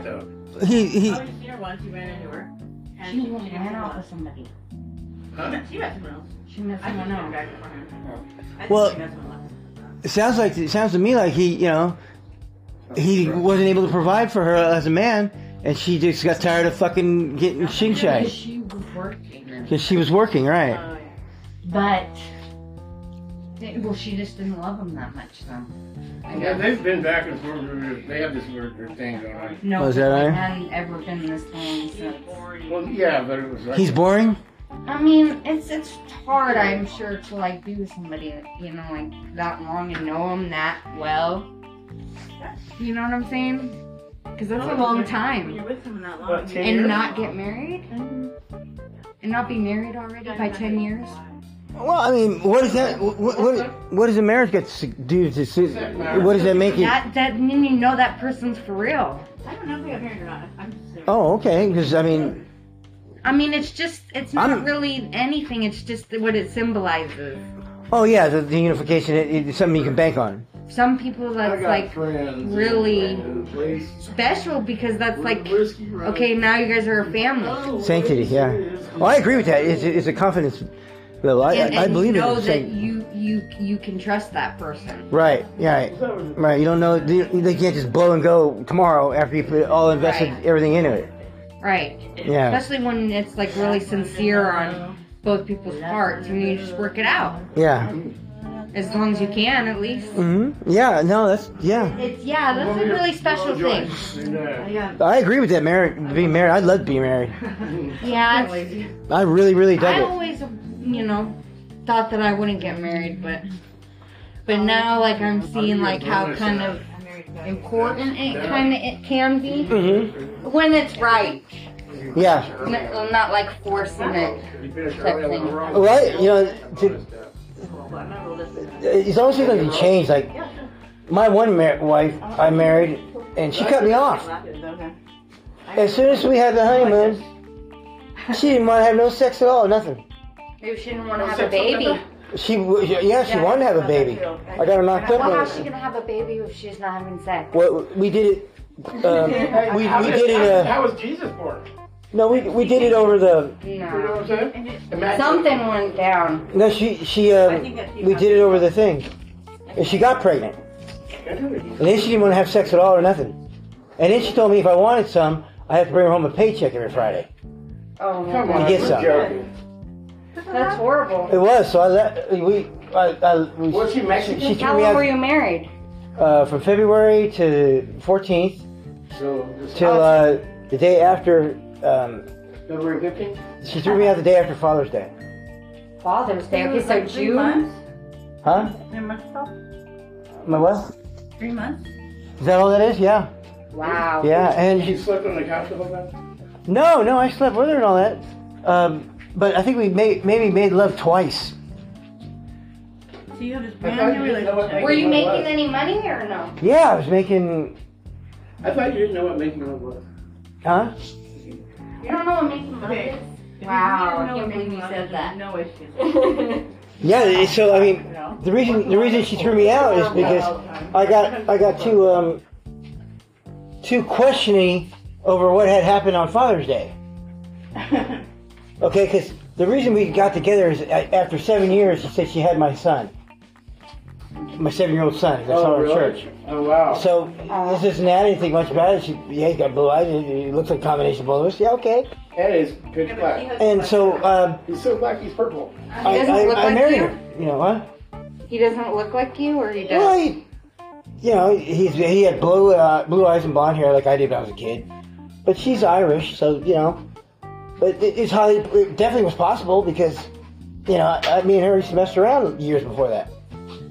He he. I was seen her once. You ran into her. And She ran out with somebody. Huh? She met someone else. She met someone else. I Well- think she met someone else. It sounds like it sounds to me like he, you know, he wasn't able to provide for her as a man, and she just got tired of fucking getting shin Because shagged She was working, because she was working, right? but well, she just didn't love him that much then. I Yeah, guess. they've been back and forth. They have this weird weird thing going on. No, Oh, is that I right? hadn't ever been this long since. Well, yeah, but it was like He's boring. I mean, it's it's hard, I'm sure, to like be with somebody you know like that long and know them that well. You know what I'm saying? Because that's a long When time. you're with someone that long, And you know- not get married and not be married already by ten years. Well, I mean, what does that? What what, what does a marriage got to do to? si- What does that make it? That that mean you know that person's for real. I don't know if they got married or not. I'm just saying. Oh, okay. Because I mean, I mean, it's just it's not I'm- really anything. It's just what it symbolizes. oh yeah, the, the unification it, it's something you can bank on. Some people that's like really special because that's like okay, now you guys are a family. Sanctity, yeah. Well, I agree with that. It's, it's a confidence level. I, and, I, I and believe you know it. It's that like- you you you can trust that person. Right, yeah, right. right. You don't know, they they can't just blow and go tomorrow after you put all invested Right. everything into it. Right. Yeah. Especially when it's like really sincere on both people's parts and you just work it out. Yeah. As long as you can at least. hmm Yeah, no, that's, yeah. It's yeah, that's a really special thing. *laughs* Yeah. I agree with that, married, being married. I'd love to be married. Yeah. it's- I really, really dug I it. always you know thought that I wouldn't get married but but now like I'm seeing like how kind of important it kind of it can be hmm when it's right. Yeah. N- Not like forcing it type thing. Right? You know, to, it's always going to be changed. Like, my one mar- wife I married, and she cut me off. Okay. As soon as we had the honeymoon, she didn't want to have no sex at all, nothing. Maybe she didn't want to have a baby. She, w- yeah, she wanted to have a baby. I got her knocked up. Well, on how's she it. gonna have a baby if she's not having sex? Well, we did it. Um, *laughs* we, How we did- did it. how- Uh, How was Jesus born? no, we, we did it over the. No. Imagine- Something went down. No, she she. Um, we did it over the thing, and she got pregnant. And then she didn't want to have sex at all or nothing. And then she told me if I wanted some, I have to bring her home a paycheck every Friday. Oh my Come on, God. get some. That's horrible. It was so I let we. I, I, we was she Mexican? She threw How me long were out you married? uh, from February to 14th So till uh, the day after. Um, February fifteenth. she threw me out the day after Father's Day. Father's Day. Okay, so Like three June. months? Huh? Three months? My what? Three months? Is that all that is? Yeah. Wow. Yeah, and She slept on the couch the whole time. No, no, I slept with her and all that. Um, but I think we may, maybe made love twice. So you have this thought brand you new didn't know what relationship. Were you making any money or no? Yeah, I was making, I thought you didn't know what making love was. huh? You don't know what making love Okay. is? If you Wow, really I know can't what believe you making love said is, that. No issues. Yeah. it- So I mean, the reason the reason she threw me out is because I got I got too um too questioning over what had happened on Father's Day. Okay, because the reason we got together is a- after seven years, she said she had my son, my seven-year-old son. That's Oh, all in really? church. Oh wow. So this doesn't add anything much about it. She, yeah, he's got blue eyes. He looks like a combination of blue eyes. Yeah, okay. That is pitch black. And so um, He's so black, he's purple. I, doesn't I, look I like married you? her. You know what? He doesn't look like you, or he does. Well, he, you know, he's, he had blue uh, blue eyes and blonde hair like I did when I was a kid. But she's Irish, so you know. But it, it's highly, it definitely was possible because, you know, I, I, me and her used to mess around years before that.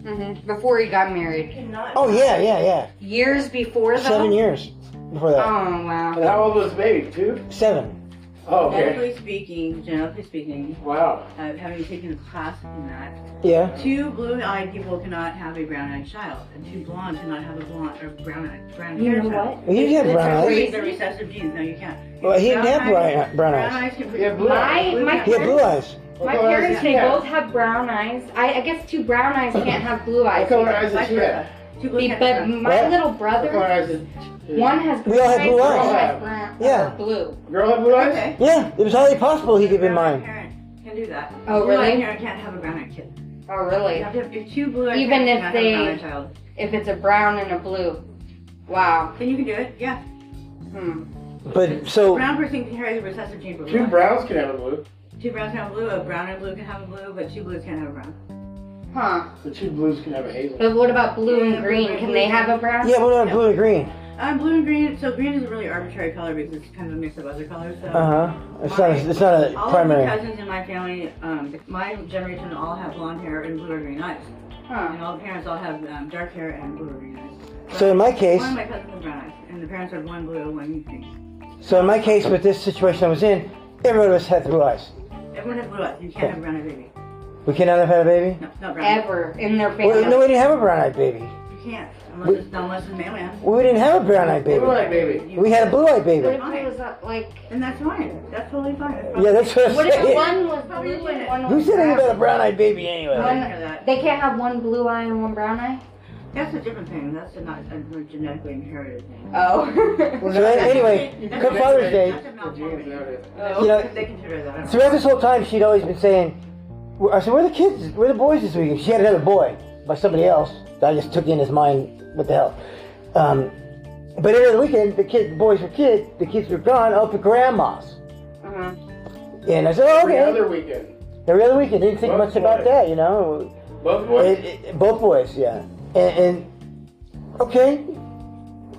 Mhm. Before he got married. Oh yeah, yeah, yeah. Years before that. Seven years before that. Oh wow. And how old was the baby? Two. Seven. Oh, okay. Medically speaking, genetically speaking. Wow. Uh, having taken a class in that. Yeah. Two blue-eyed people cannot have a brown-eyed child, and two blondes cannot have a blonde or brown-eyed brown You hair know child. what? Well, you had It's brown eyes. raised or recessive genes. No, you can't. Well, he didn't have brown- brown eyes- brown eyes. eyes can Yeah, blue eyes. My- my He had blue eyes. My What color parents, is they he at? both have brown eyes. I, I guess two brown eyes can't have blue eyes. color eyes is he at? Be- But my What? little brother, one has We all had blue one eyes. has brown- Yeah. or blue. Girl had blue eyes? Yeah, it was highly possible he could have been mine. Can do that. Oh, A blue-eyed really? parent can't have a brown-eyed kid. Oh, really? You have to have if two blue-eyed Even parents if cannot have a brown-eyed they, child. if it's a brown and a blue. Wow. Then you can do it. Yeah. Hmm. But so brown person can carry the recessive gene. but Two blue- browns can have a blue. Two browns can have blue. A brown and blue can have a blue, but two blues can't have a brown. Huh. The two blues can have a hazel. But what about blue Yeah, and green? Can they have a brown? yeah, what about blue and green? Uh, blue and green. So green is a really arbitrary color because it's kind of a mix of other colors. So Uh huh. It's not. A, it's not a all of the primary. cousins in my family, um, my generation, all have blonde hair and blue or green eyes. And all the parents all have um, dark hair and blue or green eyes. So in my case- one of my cousins has brown eyes, and the parents are one blue, one green. So in my case, with this situation I was in, everyone of us had blue eyes. Everyone has blue eyes. You can't have brown eyed baby. We cannot have had a baby. No, not brown. Ever in their family. Well, no, we didn't have a brown-eyed baby. You can't unless We- it's unless it's mail-in. We didn't have a brown-eyed baby. Blue-eyed baby. We had a blue-eyed baby. What if it was uh, like? And that's fine. That's totally fine. Yeah, that's what I'm What if saying. one was blue and one Who was said anything brown? about a brown-eyed baby anyway? One- they can't have one blue eye and one brown eye? That's a different thing. That's a not a genetically inherited thing. Oh. So anyway, come Father's Day, That's a Oh. malformation. You know, *laughs* they consider that. I don't Throughout this whole time, she'd always been saying, "Where- I said, where are the kids? Where are the boys this week? And she had another boy by somebody else that I just took in as mine. What the hell? Um, but every other weekend, the kid, the boys were kids, the kids were gone up at grandma's. Uh-huh. And I said, oh, okay. Every other weekend. Every other weekend. Didn't think Both much about boys. that, you know. Both boys? It- it- both boys, yeah. And, and okay.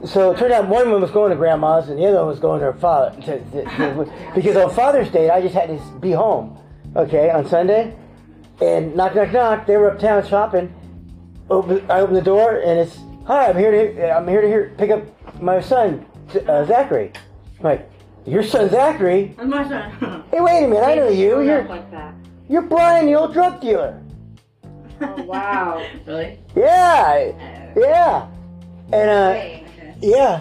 So it turned out one of them was going to grandma's and the other one was going to her father. to- to- to- *laughs* because on Father's Day, I just had to be home, okay, on Sunday. And knock, knock, knock. They were uptown shopping. Open, I opened the door and it's hi. I'm here to I'm here to hear, pick up my son uh, Zachary. I'm like your son Zachary. And my son. *laughs* Hey, wait a minute. I know you. Grown up You're like that. you're Brian, the old drug dealer. Oh, *laughs* wow. really? Yeah, yeah, and uh, yeah,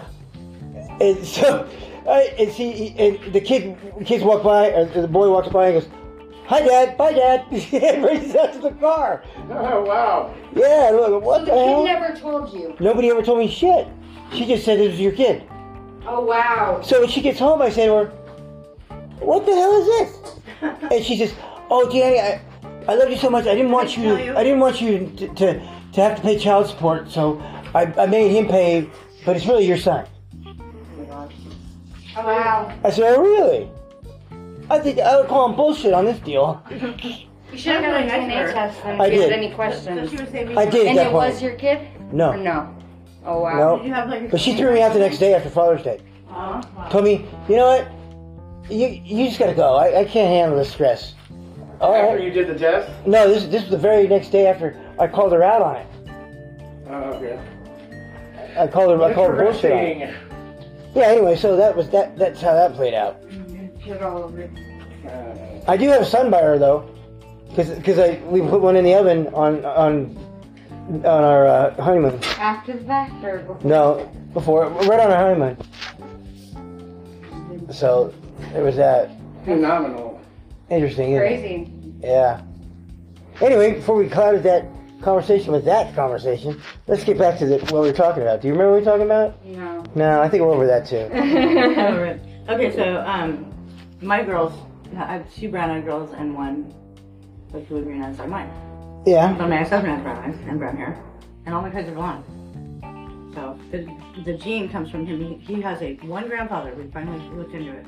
and so, *laughs* I and see, and the kid, the kids walk by, or the boy walks by and goes, "Hi, Dad, bye, Dad," *laughs* and races out to the car. Oh, wow. Yeah, and I'm like, what The the kid hell? never told you. Nobody ever told me shit. She just said it was your kid. Oh, wow. So when she gets home, I say to her, "What the hell is *laughs* this?" And she says, "Oh, Danny, I, I love you so much. I didn't want you. I didn't want you to, to, to have to pay child support. So I, I made him pay, but it's really your son." Oh, wow. I said, "Oh, really?" I think I would call him bullshit on this deal. You should have gone That's really to an nice of her. test then I if you had did. any questions. I did at And that it point. was your kid? No. Or no. Oh, wow. No, but she threw me out the next day after Father's Day. *laughs* Told me, "You know what? You you just gotta go. I, I can't handle the stress." All right. After you did the test? No, this this was the very next day after I called her out on it. Oh, okay. I called her. I called her bullshit. on it. Interesting. Yeah. Anyway, so that was that. That's how that played out. Shit all over it. I do have a sun by her though, because I we put one in the oven on on on our uh, honeymoon. After the fact or before? No, before right on our honeymoon. So it was that *laughs* Phenomenal. interesting. Isn't it? Crazy. Yeah. Anyway, before we clouded that conversation with that conversation, let's get back to the, what we were talking about. Do you remember what we were talking about? No. No, I think we're over that too. *laughs* okay, so um, my girls, I have two brown-eyed girls and one with blue green eyes are mine. Yeah. But my ex-husband has brown eyes and brown hair, and all my kids are blonde. So the, the gene comes from him. He, he has a one grandfather. We finally looked into it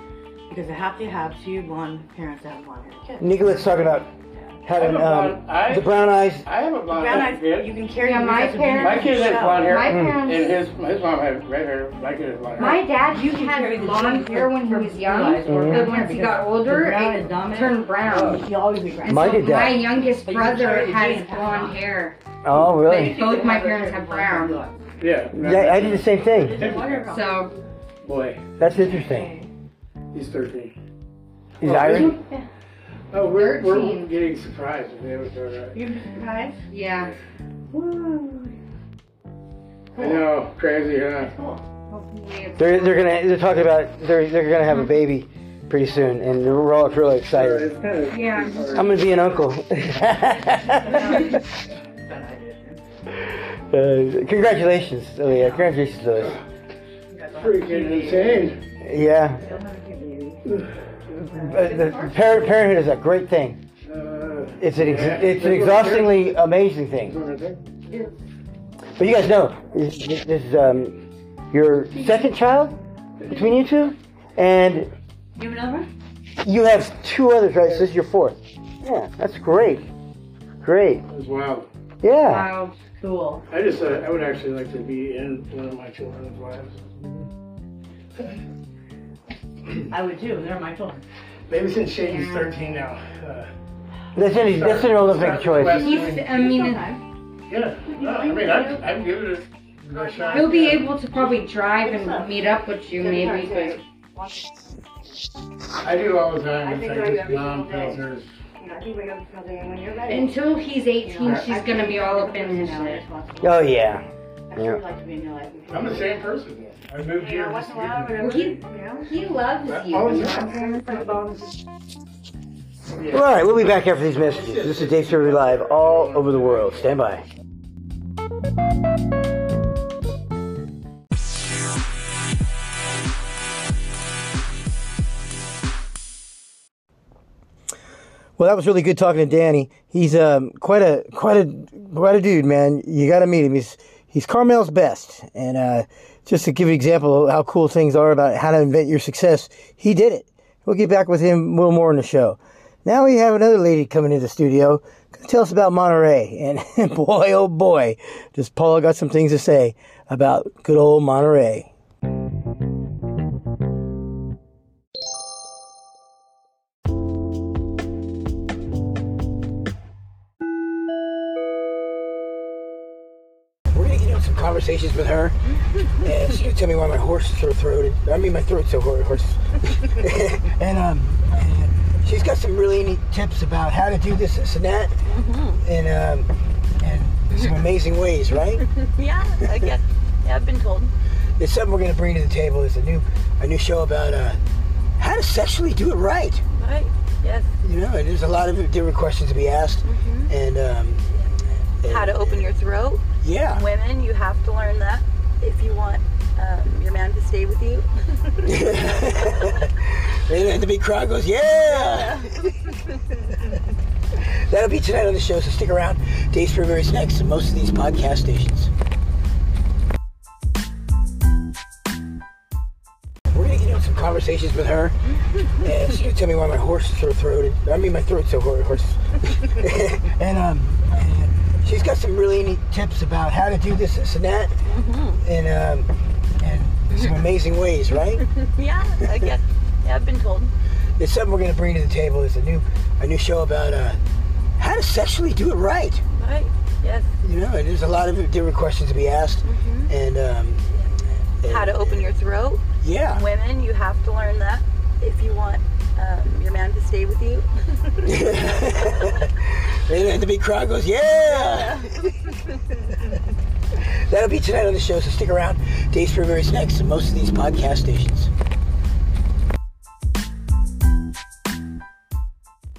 because they have to have two blonde parents that have blonde hair. kids. Nicolette's talking about having I have a um, brown eye. the brown eyes. I have a blonde Brown hair eyes, kid. you can carry Yeah, your my recessive parents- gene. My kid has blonde hair. Hmm. My and parents- his, his mom had red hair. My kid has blonde hair. My dad You you can carry had the blonde gene hair for- when he for was blue young, eyes or but brown once he because got older, the brown it is dominant. turned brown. He'll Oh, always be brown. And Mine so did that. my youngest But you brother carry the has gene. blonde hair. Oh, really? But both my parents have brown. Yeah. Yeah, I did the same thing. So Boy, That's interesting. he's 13. He's Irish. Oh, we're, we're Thirteen. getting surprised if they were doing right. You're surprised? Yeah. I know, crazy, huh? They're they're gonna they're talking about they're they're gonna have a baby pretty soon, and we're all really excited. Yeah. I'm gonna be an uncle. *laughs* Uh, congratulations, Leah. Congratulations, Lewis. Freaking insane. Yeah. But Uh, the parent, parenthood is a great thing. Uh, It's an ex- Yeah. it's an exhaustingly amazing thing. But you guys know this, this is um, your second child between you two, and You have another one? you have two others, right? So this is your fourth. Yeah, that's great. Great. It was wild. Yeah. Cool. I just, uh, I would actually like to be in one of my children's lives. I would too. They're my children. Maybe since Shady's 13 now. Uh, That's an that's an Olympic choice. He's, I mean, yeah. no, I mean, I'd, I'd give it a, a shot. he'll be able to probably drive and meet up with you maybe, but I do all the time. I It's think like I do every just single non-filters. until he's 18, she's gonna be all up in his shit. Oh yeah. Yeah. I'm the same person. I moved here. just to get- Well, he, he loves you. Oh, All right, we'll be back after these messages. This is Dave Survey Live all over the world. Stand by. Well, that was really good talking to Danny. He's um, quite a quite a quite a dude, man. You got to meet him. He's he's Carmel's best, and uh, just to give you an example of how cool things are about how to invent your success, he did it. We'll get back with him a little more in the show. Now we have another lady coming into the studio to tell us about Monterey, *laughs* and boy, oh boy, does Paula got some things to say about good old Monterey. We're gonna get into some conversations with her, Mm-hmm. and she's gonna tell me why my horse is sore throated. I mean, my throat's so hor- *laughs* horse. and um, and she's got some really neat tips about how to do this, this, and that, Mm-hmm. and um, and some amazing ways, right? *laughs* yeah, I guess. Yeah, I've been told. It's something we're gonna bring to the table. It's a new, a new show about uh, how to sexually do it right. Right. Yes. Mm-hmm. You know, and there's a lot of different questions to be asked, and um, How to open your throat. Yeah. Women, you have to learn that if you want um, your man to stay with *laughs* you. *laughs* and the big crowd goes, yeah. That'll be tonight on the show, so stick around. Dave Sperberry's next and most of these podcast stations. We're gonna get into some conversations with her, and she's gonna tell me why my horse is sore throated. I mean, my throat's so hor- horse. and um, and she's got some really neat tips about how to do this, this, and that, and um, and some amazing ways, right? Mm-hmm. *laughs* yeah, I guess. Yeah, I've been told. It's something we're gonna bring to the table. It's a new, a new show about uh, how to sexually do it right. Right. Yes. Mm-hmm. You know, and there's a lot of different questions to be asked, and um, How to open your throat. Yeah. Women, you have to learn that if you want um, your man to stay with you. *laughs* and the big crowd goes, yeah. That'll be tonight on the show, so stick around. Dave Sperberry's next, and most of these podcast stations.